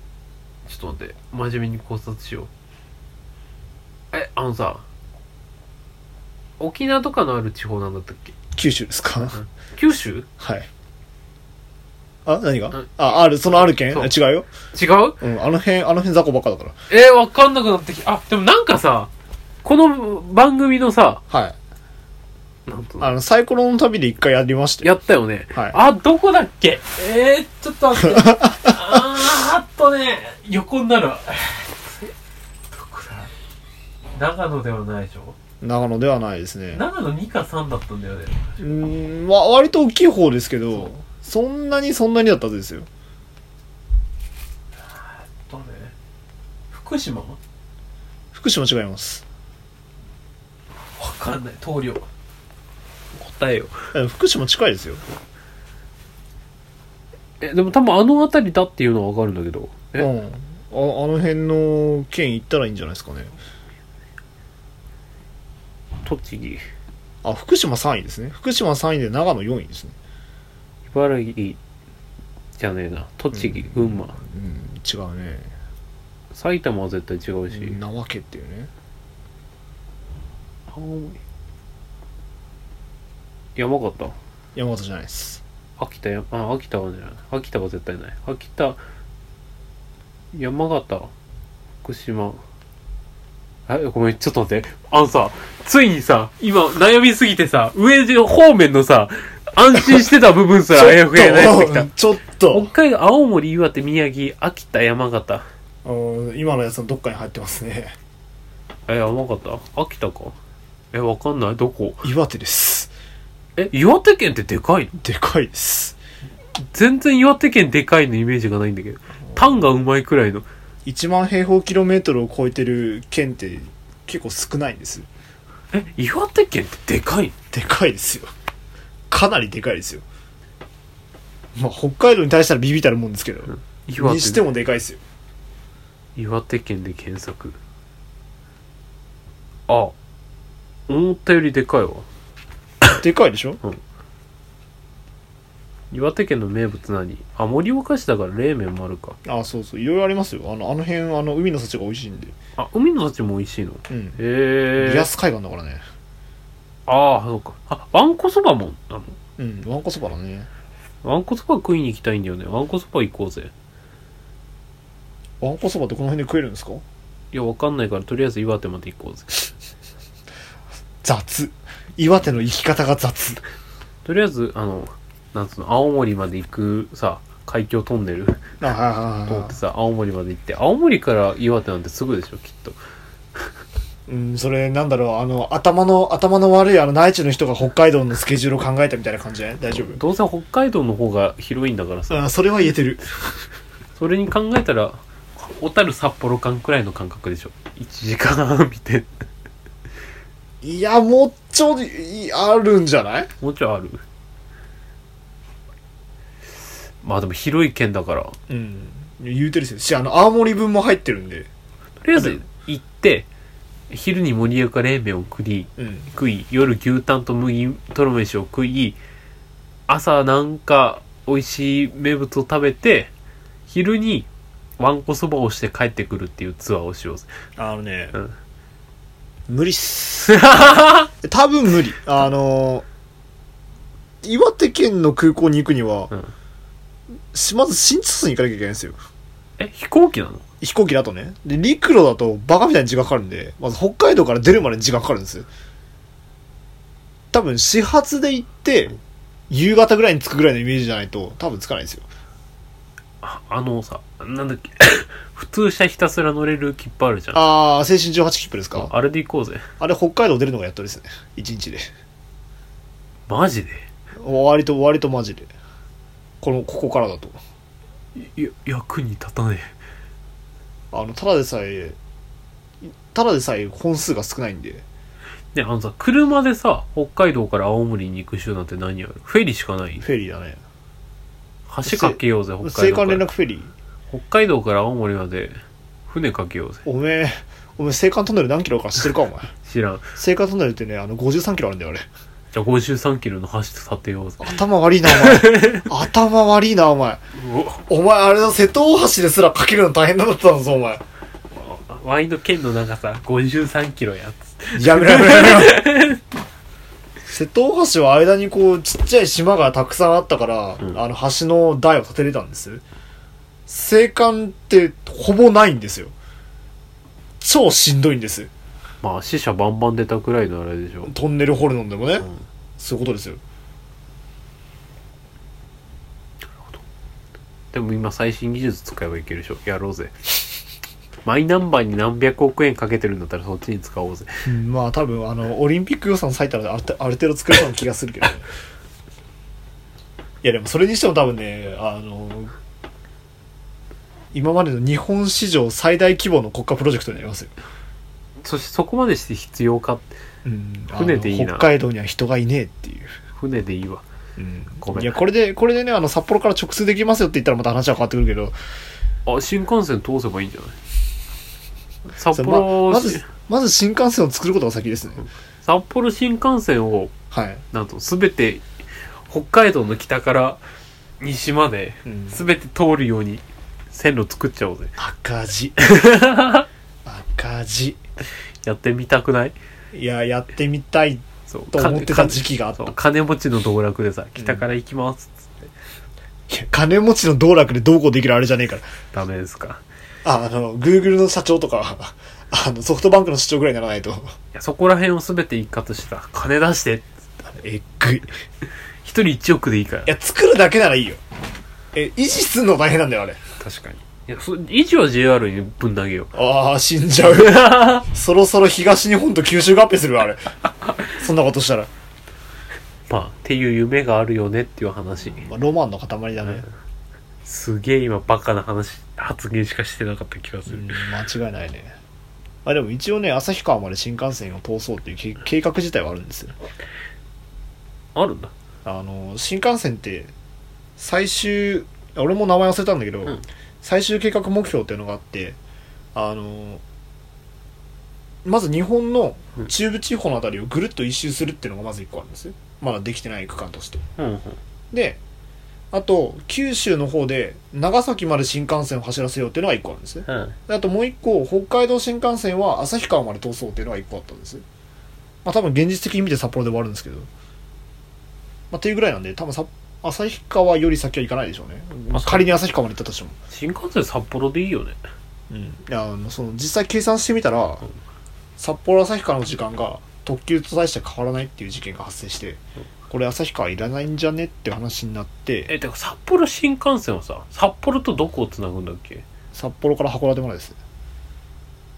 S2: ちょっと待って真面目に考察しようえあのさ沖縄とかのある地方なんだったっけ
S1: 九州ですか
S2: 九州
S1: はいあ何
S2: う
S1: が
S2: ん
S1: ああるそのある県
S2: そう
S1: 違うよ、
S2: 違う
S1: うん、あの辺あの辺雑魚ばっかだから
S2: えー、わかんなくなってきたあでもなんかさこの番組のさ
S1: はい
S2: なんと
S1: あのサイコロの旅で一回やりましたよ
S2: やったよね
S1: はい
S2: あどこだっけえー、ちょっと待ってあーっとね横になるわどこだ長野ではないでしょ
S1: 長野ではないですね
S2: 長野2か3だったんだよね
S1: うーんわ割と大きい方ですけどそんなにそんなにだったはずですよ
S2: どれ福島わ
S1: 福島違います
S2: かんない棟梁答えよ
S1: え福島近いですよ
S2: えでも多分あの辺りだっていうのはわかるんだけど
S1: う
S2: え、
S1: んああの辺の県行ったらいいんじゃないですかね
S2: 栃木
S1: あ福島3位ですね福島3位で長野4位ですね
S2: 茨城じゃねえな栃木、群馬
S1: うん違うね
S2: 埼玉は絶対違うし、
S1: なわけっていうね
S2: 青森山形
S1: 山形じゃないです
S2: 秋田やあ秋田はね秋田は絶対ない秋田山形福島あごめんちょっと待ってあのさついにさ今悩みすぎてさ上地方面のさ安心してた部 分すらあやふやになってきた
S1: ちょっ
S2: 北
S1: と
S2: 海道青森岩手宮城秋田山形
S1: うん今のやつのどっかに入ってますね
S2: え山形秋田かえわかんないどこ
S1: 岩手です
S2: え岩手県ってでかいの
S1: でかいです
S2: 全然岩手県でかいのイメージがないんだけどタンがうまいくらいの
S1: 1万平方キロメートルを超えてる県って結構少ないんです
S2: え岩手県ってでかいの
S1: でかいですよかなりでかいですよまあ北海道に対したらビビたるもんですけど
S2: 岩
S1: に
S2: 手
S1: してもでかいですよ
S2: 岩手県で検索あ思ったよりでかいわ
S1: でかいでしょ
S2: 岩手県の名物何あ盛岡市だから冷麺もあるか
S1: あそうそういろいろありますよあのあの辺あの海の幸が美味しいんで
S2: あ海の幸も美味しいの
S1: うん
S2: へえ
S1: 安海岸だからね
S2: ああそうかあわんこそばもあの
S1: うんわんこそばだね
S2: わんこそば食いに行きたいんだよねわんこそば行こうぜ
S1: わんこそばってこの辺で食えるんですか
S2: いやわかんないからとりあえず岩手まで行こうぜ
S1: 雑岩手の生き方が雑
S2: とりあえずあのなんつうの青森まで行くさ海峡トンネル
S1: あはいはい
S2: 通
S1: はい
S2: っ
S1: は
S2: てさ青森まで行って青森から岩手なんてすぐでしょきっと
S1: いうんそれなんだろうあの頭の頭の悪いあの内地の人が北海道のスケジュールを考えたみたいな感じじゃない大丈夫
S2: どうせ北海道の方が広いんだからさ
S1: あそれは言えてる
S2: それに考えたら小樽札幌間くらいの間隔でしょ1時間半見て
S1: いやもうちょいいあるんじゃない
S2: もうちょいあるまあでも広い県だからと
S1: うん言うてるししあの青森分も入ってるんで
S2: りあえず行って昼に盛岡冷麺を食い
S1: うん
S2: 食い夜牛タンと麦とろ飯を食い朝なんか美味しい名物を食べて昼にわんこそばをして帰ってくるっていうツアーをしようぜ
S1: あのね、
S2: うん
S1: 無理っ す多分無理あの岩手県の空港に行くには、
S2: うん
S1: しまず新津に行かなきゃいけないんですよ
S2: え飛行機なの
S1: 飛行機だとねで陸路だとバカみたいに時間かかるんでまず北海道から出るまでに時間かかるんですよ多分始発で行って夕方ぐらいに着くぐらいのイメージじゃないと多分着かないんですよ
S2: ああのさなんだっけ 普通車ひたすら乗れる切符あるじゃんあ
S1: ああ青春18切符ですか
S2: れで行こうぜ
S1: あれ北海道出るのがやっとですね1日で
S2: マジで
S1: 割と割とマジでこのここからだと
S2: いや役に立たねえ
S1: あのただでさえただでさえ本数が少ないんで
S2: ねあのさ車でさ北海道から青森に行く手段って何あるフェリーしかない
S1: フェリーだね
S2: 橋かけようぜ北
S1: 青
S2: 海道
S1: 函
S2: か
S1: 連
S2: ら
S1: 絡フェリー
S2: 北海道から青森まで船かけようぜ
S1: おめえお前、青函トンネル何キロか知ってるか、お 前。青
S2: 知らん。
S1: 函トンネルってね、あの、53キロあるんだよ、あれ。
S2: じゃあ53キロの橋と立てようぜ。
S1: 頭悪いな、お 前。頭悪いな、お前。お前、あれだ、瀬戸大橋ですらかけるの大変だったんぞ、お前。
S2: ワインの剣の長さ53キロやっつって。
S1: やめろやめろやめろ。瀬戸大橋は間にこう、ちっちゃい島がたくさんあったから、
S2: ん
S1: あの、橋の台を建てれたんです。青函って、ほぼないんですよ。超しんどいんです。
S2: まあ死者バンバン出たくらいのあれでしょ。
S1: トンネル掘るのでもね、
S2: ん
S1: そういうことですよ
S2: でも今最新技術使えばいけるでしょ。やろう ぜ。マイナンバーに何百億円かけてるんだったらそっちに使おうぜ。
S1: まあ多分あのオリンピック予算割いたらあるある程度作れそうな気がするけど ねいやでもそれにしても多分ねあの今までの日本史上最大規模の国家プロジェクトになりますよ、
S2: そしてそこまでして必要か。
S1: うん、あの
S2: 船でいいな
S1: 北海道には人がいねえっていう、
S2: 船でいいわ。
S1: うん
S2: ごめん
S1: いやこれでこれでねあの札幌から直通できますよって言ったらまた話は変わってくるけど
S2: あ、新幹線通せばいいんじゃない札
S1: それま
S2: 幌、
S1: まずまず新幹線を作ることが先ですね
S2: 札幌新幹線を、
S1: はい、
S2: なんと全て、北海道の北から西まで、全て通るように線路作っちゃおうぜ。
S1: 赤字 赤字
S2: やってみたくない
S1: いややってみたい
S2: そう。
S1: と思って
S2: か
S1: た
S2: か
S1: 時期があった
S2: そう金持ちの道楽でさ、北から行きますっつって、
S1: いや金持ちの道楽でどうこうできるあれじゃねえから
S2: ダメですか。
S1: ああの Google の社長とかあのソフトバンクの社長ぐらいにならないと
S2: いやそこら辺を全て一括してさ、金出して、
S1: えっぐいい
S2: 一人一億でいいから。
S1: や作るだけならいいよえ維持すんの大変なんだよあれ
S2: 確かに。いや、そ維持は JR にぶん投げよう。
S1: ああ死んじゃうそろそろ東日本と九州合併するわあれ そんなことしたら、
S2: まあ、っていう夢があるよねっていう話。
S1: まあロマンの塊だね、
S2: すげえ今バカな話、発言しかしてなかった気が
S1: う
S2: する。
S1: ん、間違いないねあでも一応ね旭川まで新幹線を通そうっていう計計画自体はあるんですよ
S2: あるんだ。
S1: あの新幹線って最終俺も名前忘れたんだけど、
S2: ん
S1: 最終計画目標っていうのがあってあのまず日本の中部地方のあたりをぐるっと一周するっていうのがまず1個あるんですよまだできてない区間として
S2: うんうん。
S1: であと九州の方で長崎まで新幹線を走らせようっていうのが1個あるんですね
S2: うん。
S1: であともう一個北海道新幹線は旭川まで通そうっていうのが一個あったんですまあ多分現実的に見て札幌で終わるんですけどまあっていうぐらいなんで多分さ旭川より先は行かないでしょうね、まあ、仮に旭川まで行ったとしても
S2: 新幹線札幌でいいよね。
S1: うんいやあのその実際計算してみたら札幌旭川の時間が特急と大して変わらないっていう事件が発生してこれ旭川いらないんじゃねって話になって
S2: え、てか札幌新幹線はさ、札幌とどこをつなぐんだっけ
S1: 札幌から函館までです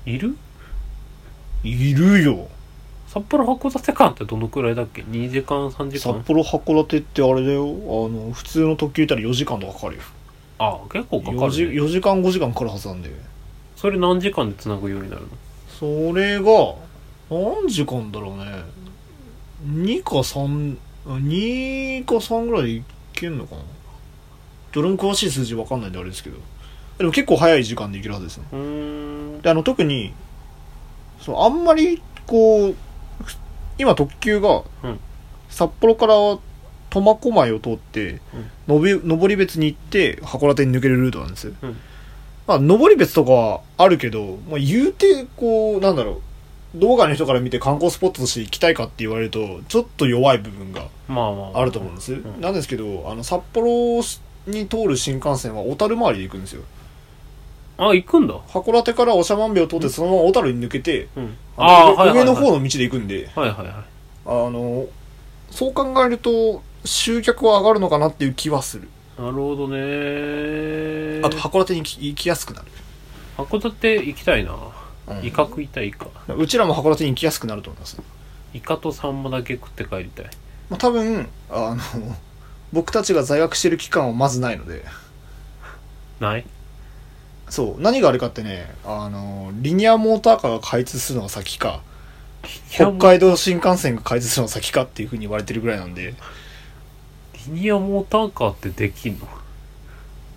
S2: いる
S1: いるよ
S2: 札幌函館間ってどのくらいだっけ ?2 時間、3時
S1: 札
S2: 間
S1: 幌函館ってあれだよあの普通の特急行ったら4時間とかかかるよ
S2: ああ、結構かか
S1: 4時
S2: る、ね。
S1: 4時間5時間かかるはずなんで
S2: それ何時間でつなぐようになるの
S1: それが何時間だろうね2か32か3ぐらいでいけんのかなどれも詳しい数字わかんないんであれですけどでも結構早い時間でいけるはずですね
S2: うーん。
S1: であの特にそうあんまりこうふ今特急が
S2: うん
S1: 札幌から苫小牧を通って、のび登別に行って函館に抜けるルートなんですよ、
S2: うん
S1: まあ登別とかはあるけど、まあ、言うてこうなんだろう動画の人から見て観光スポットとして行きたいかって言われるとちょっと弱い部分が
S2: まあまあ。
S1: あると思うんです、
S2: ん
S1: なんですけどあの札幌に通る新幹線は小樽回りで行くんですよ
S2: あ、行くんだ。
S1: 函館から長万部を通ってそのまま小樽に抜けて、
S2: うん。
S1: あの
S2: ああ、はいはい、はい。
S1: 上の方の道で行くんで、
S2: はいはいはい。
S1: あの、そう考えると、集客は上がるのかなっていう気はする。
S2: なるほどね
S1: あと、函館に行き行きやすくなる。
S2: 函館行きたいな、
S1: うん
S2: イカ食いたいイカ
S1: うちらも函館に行きやすくなると思います。
S2: イカとサンマだけ食って帰りたい
S1: まあ、多分、あの、 僕たちが在学してる期間はまずないので、
S2: ない
S1: そう、何があるかってね、あの、リニアモーターカーが開通するのが先か、北海道新幹線が開通するのが先かっていうふうに言われてるぐらいなんで、
S2: リニアモーターカーってできんの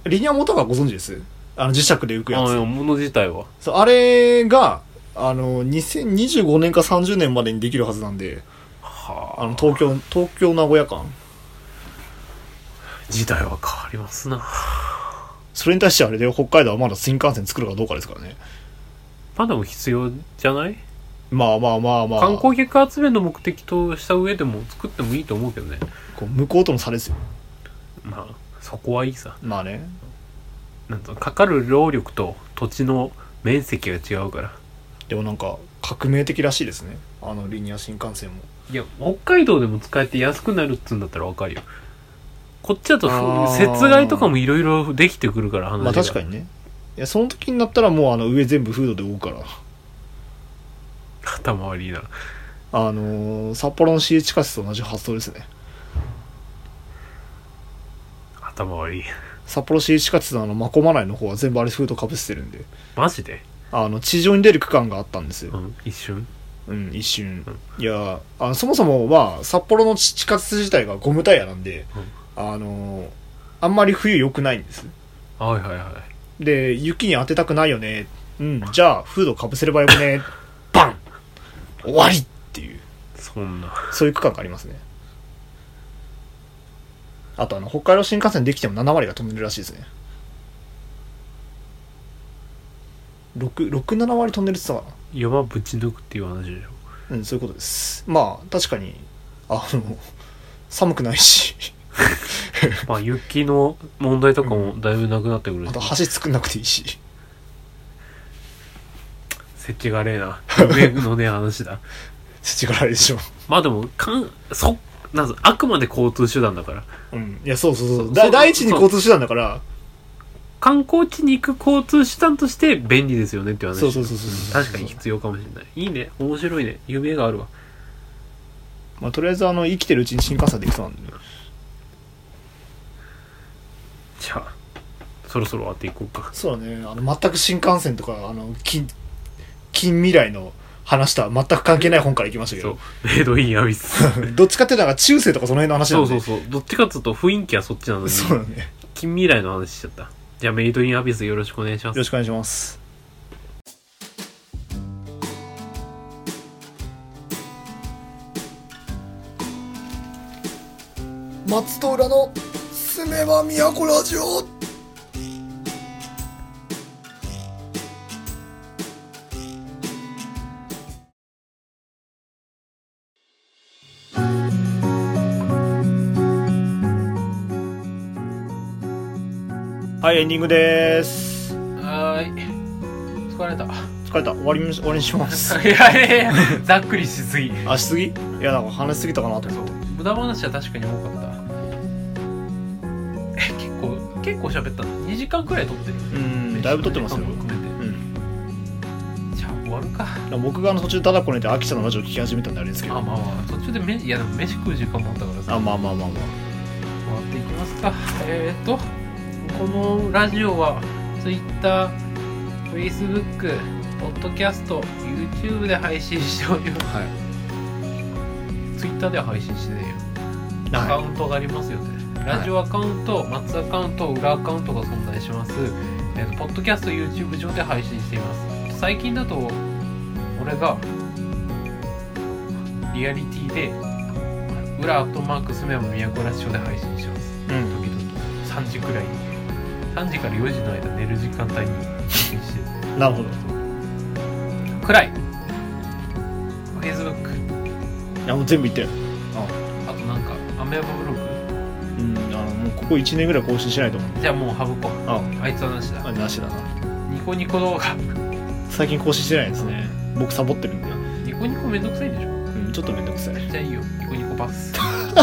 S1: リニアモーターカーご存知ですあの、磁石で浮くや
S2: あ
S1: つ
S2: あ。物自体は
S1: そうあれがあの、2025年か30年までにできるはずなんで、
S2: は
S1: あの、東京、東京名古屋間。
S2: あ時代は変わりますな
S1: それに対してあれで北海道はまだ新幹線作るかどうかですからね。
S2: まだも必要じゃない
S1: まあまあまあまあ。
S2: 観光客集めの目的とした上でも作ってもいいと思うけどね
S1: こう向こうとの差ですよ。
S2: まあそこはいいさ
S1: まあね。
S2: なんとかかる労力と土地の面積が違うから
S1: でもなんか、革命的らしいですね。あの、リニア新幹線も。
S2: いや北海道でも使えて安くなるっつうんだったらわかるよこっちだと
S1: あー
S2: 雪害とかもいろいろできてくるから話が
S1: まあ確かにね。いや、その時になったらもうあの、上全部フードで覆うから。
S2: 頭悪いな
S1: あのー札幌の市営地下鉄と同じ発想ですね。
S2: 頭悪い
S1: 札幌市営地下鉄のあの、まこまないの方は全部あれフードかぶせてるんで。
S2: マジで
S1: あの、地上に出る区間があったんですよ
S2: う。ん一瞬
S1: うん、一瞬。いや、あのそもそも、まあ、札幌の地地下鉄自体がゴムタイヤなんで、あのーあんまり冬良くないんです。
S2: はいはいはい
S1: で、雪に当てたくないよね。うん、じゃあ、フードかぶせればよくね。
S2: バン
S1: 終わりっていう、
S2: そんな
S1: そういう区間がありますね。あと、あの、北海道新幹線できても7割が飛んでるらしいですね。6、6、7割飛んでるって言ってたかな。
S2: 山ぶち抜くっていう話でしょ
S1: うん、そういうことです。まあ、確かに、あの、寒くないし、
S2: まあ雪の問題とかもだいぶなくなってくる
S1: あ
S2: し
S1: と橋作んなくていいし。
S2: 設置がれえな上のね話だ
S1: 世知辛いでしょ。
S2: まあでもかんそなんぞあくまで交通手段だから
S1: うん。いや、そうそうそう。
S2: そう
S1: だ
S2: そう
S1: 第一に交通手段だから、
S2: 観光地に行く交通手段として便利ですよねっていう話
S1: そうそうそうそうそう
S2: 確かに必要かもしれないいいね面白いね夢があるわ
S1: まあ、とりあえず、あの、生きてるうちに新幹線できそうなんで、ね、
S2: じゃあそろそろ終わっていこうか
S1: そうだね。あの、全く新幹線とか、あの、近、近未来の話とは全く関係ない本から行きましたけ
S2: そう
S1: ど、
S2: メイドインアビス
S1: どっちかっていうとなんか中世とか その辺の話な
S2: そ
S1: ん
S2: う
S1: で。
S2: そうそうどっちかっつうと雰囲気はそっちなのに
S1: そうだね。よ
S2: 近未来の話しちゃったじゃあメイドインアビスよろしくお願いします
S1: ろしくお願いします。松と浦のすめは都ラジオはいエンディングです
S2: はー い疲れた
S1: 疲れた終わりにし終わりにします
S2: いやいやいやざっくりしすぎ
S1: あしすぎいやなんか話しすぎたかなと思って
S2: 無駄話は確かに多かったえ結構結構喋ったな2時間くらい撮ってる
S1: うんだいぶ撮ってますよ
S2: 時間も含め
S1: うん
S2: てじゃあ終わるか
S1: 僕があの途中ただこねて秋田のラジオ聞き始めたんであれですけ
S2: あ
S1: ど
S2: まあまあ途中で飯いやでも飯食う時間もあったからさ
S1: あまあまあまあまあ
S2: 終わっていきますかえー、っとこのラジオは TwitterFacebook ポッドキャスト YouTube で配信しております
S1: はい
S2: Twitter では配信してねえよアカ
S1: は
S2: ウントがありますよね。ラジオアカウント、松アカウント、裏アカウントが存在します。えーとポッドキャスト、YouTube 上で配信しています。最近だと、俺が、リアリティで、裏アットマークスメモ都ラジオで配信し
S1: い、
S2: ます。
S1: うん、
S2: 時々、3時くらいに。3時から4時の間、寝る時間帯に配信してる。
S1: なるほど
S2: 暗い !Facebook、
S1: いやもう全部言って
S2: あとなんか、アメーバブログ
S1: うんあのもうここ1年ぐらい更新しないと思う
S2: じゃあもう省こう。
S1: あ
S2: あいつはなしだ
S1: あ。なしだな
S2: ニコニコ動画。
S1: 最近更新してないですね僕サボってるんで、
S2: ニコニコめんどくさいでしょ
S1: うん、ちょっとめんどくさい
S2: じゃあいいよ。ニコニコパス。ポッ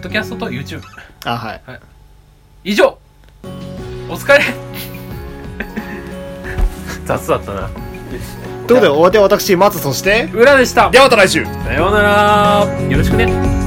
S2: ドキャストと YouTube。
S1: あはい
S2: 以上お疲れ雑だったな。
S1: ということでお相手は私松そして
S2: 裏でした
S1: ではまた来週
S2: さようならよろしくね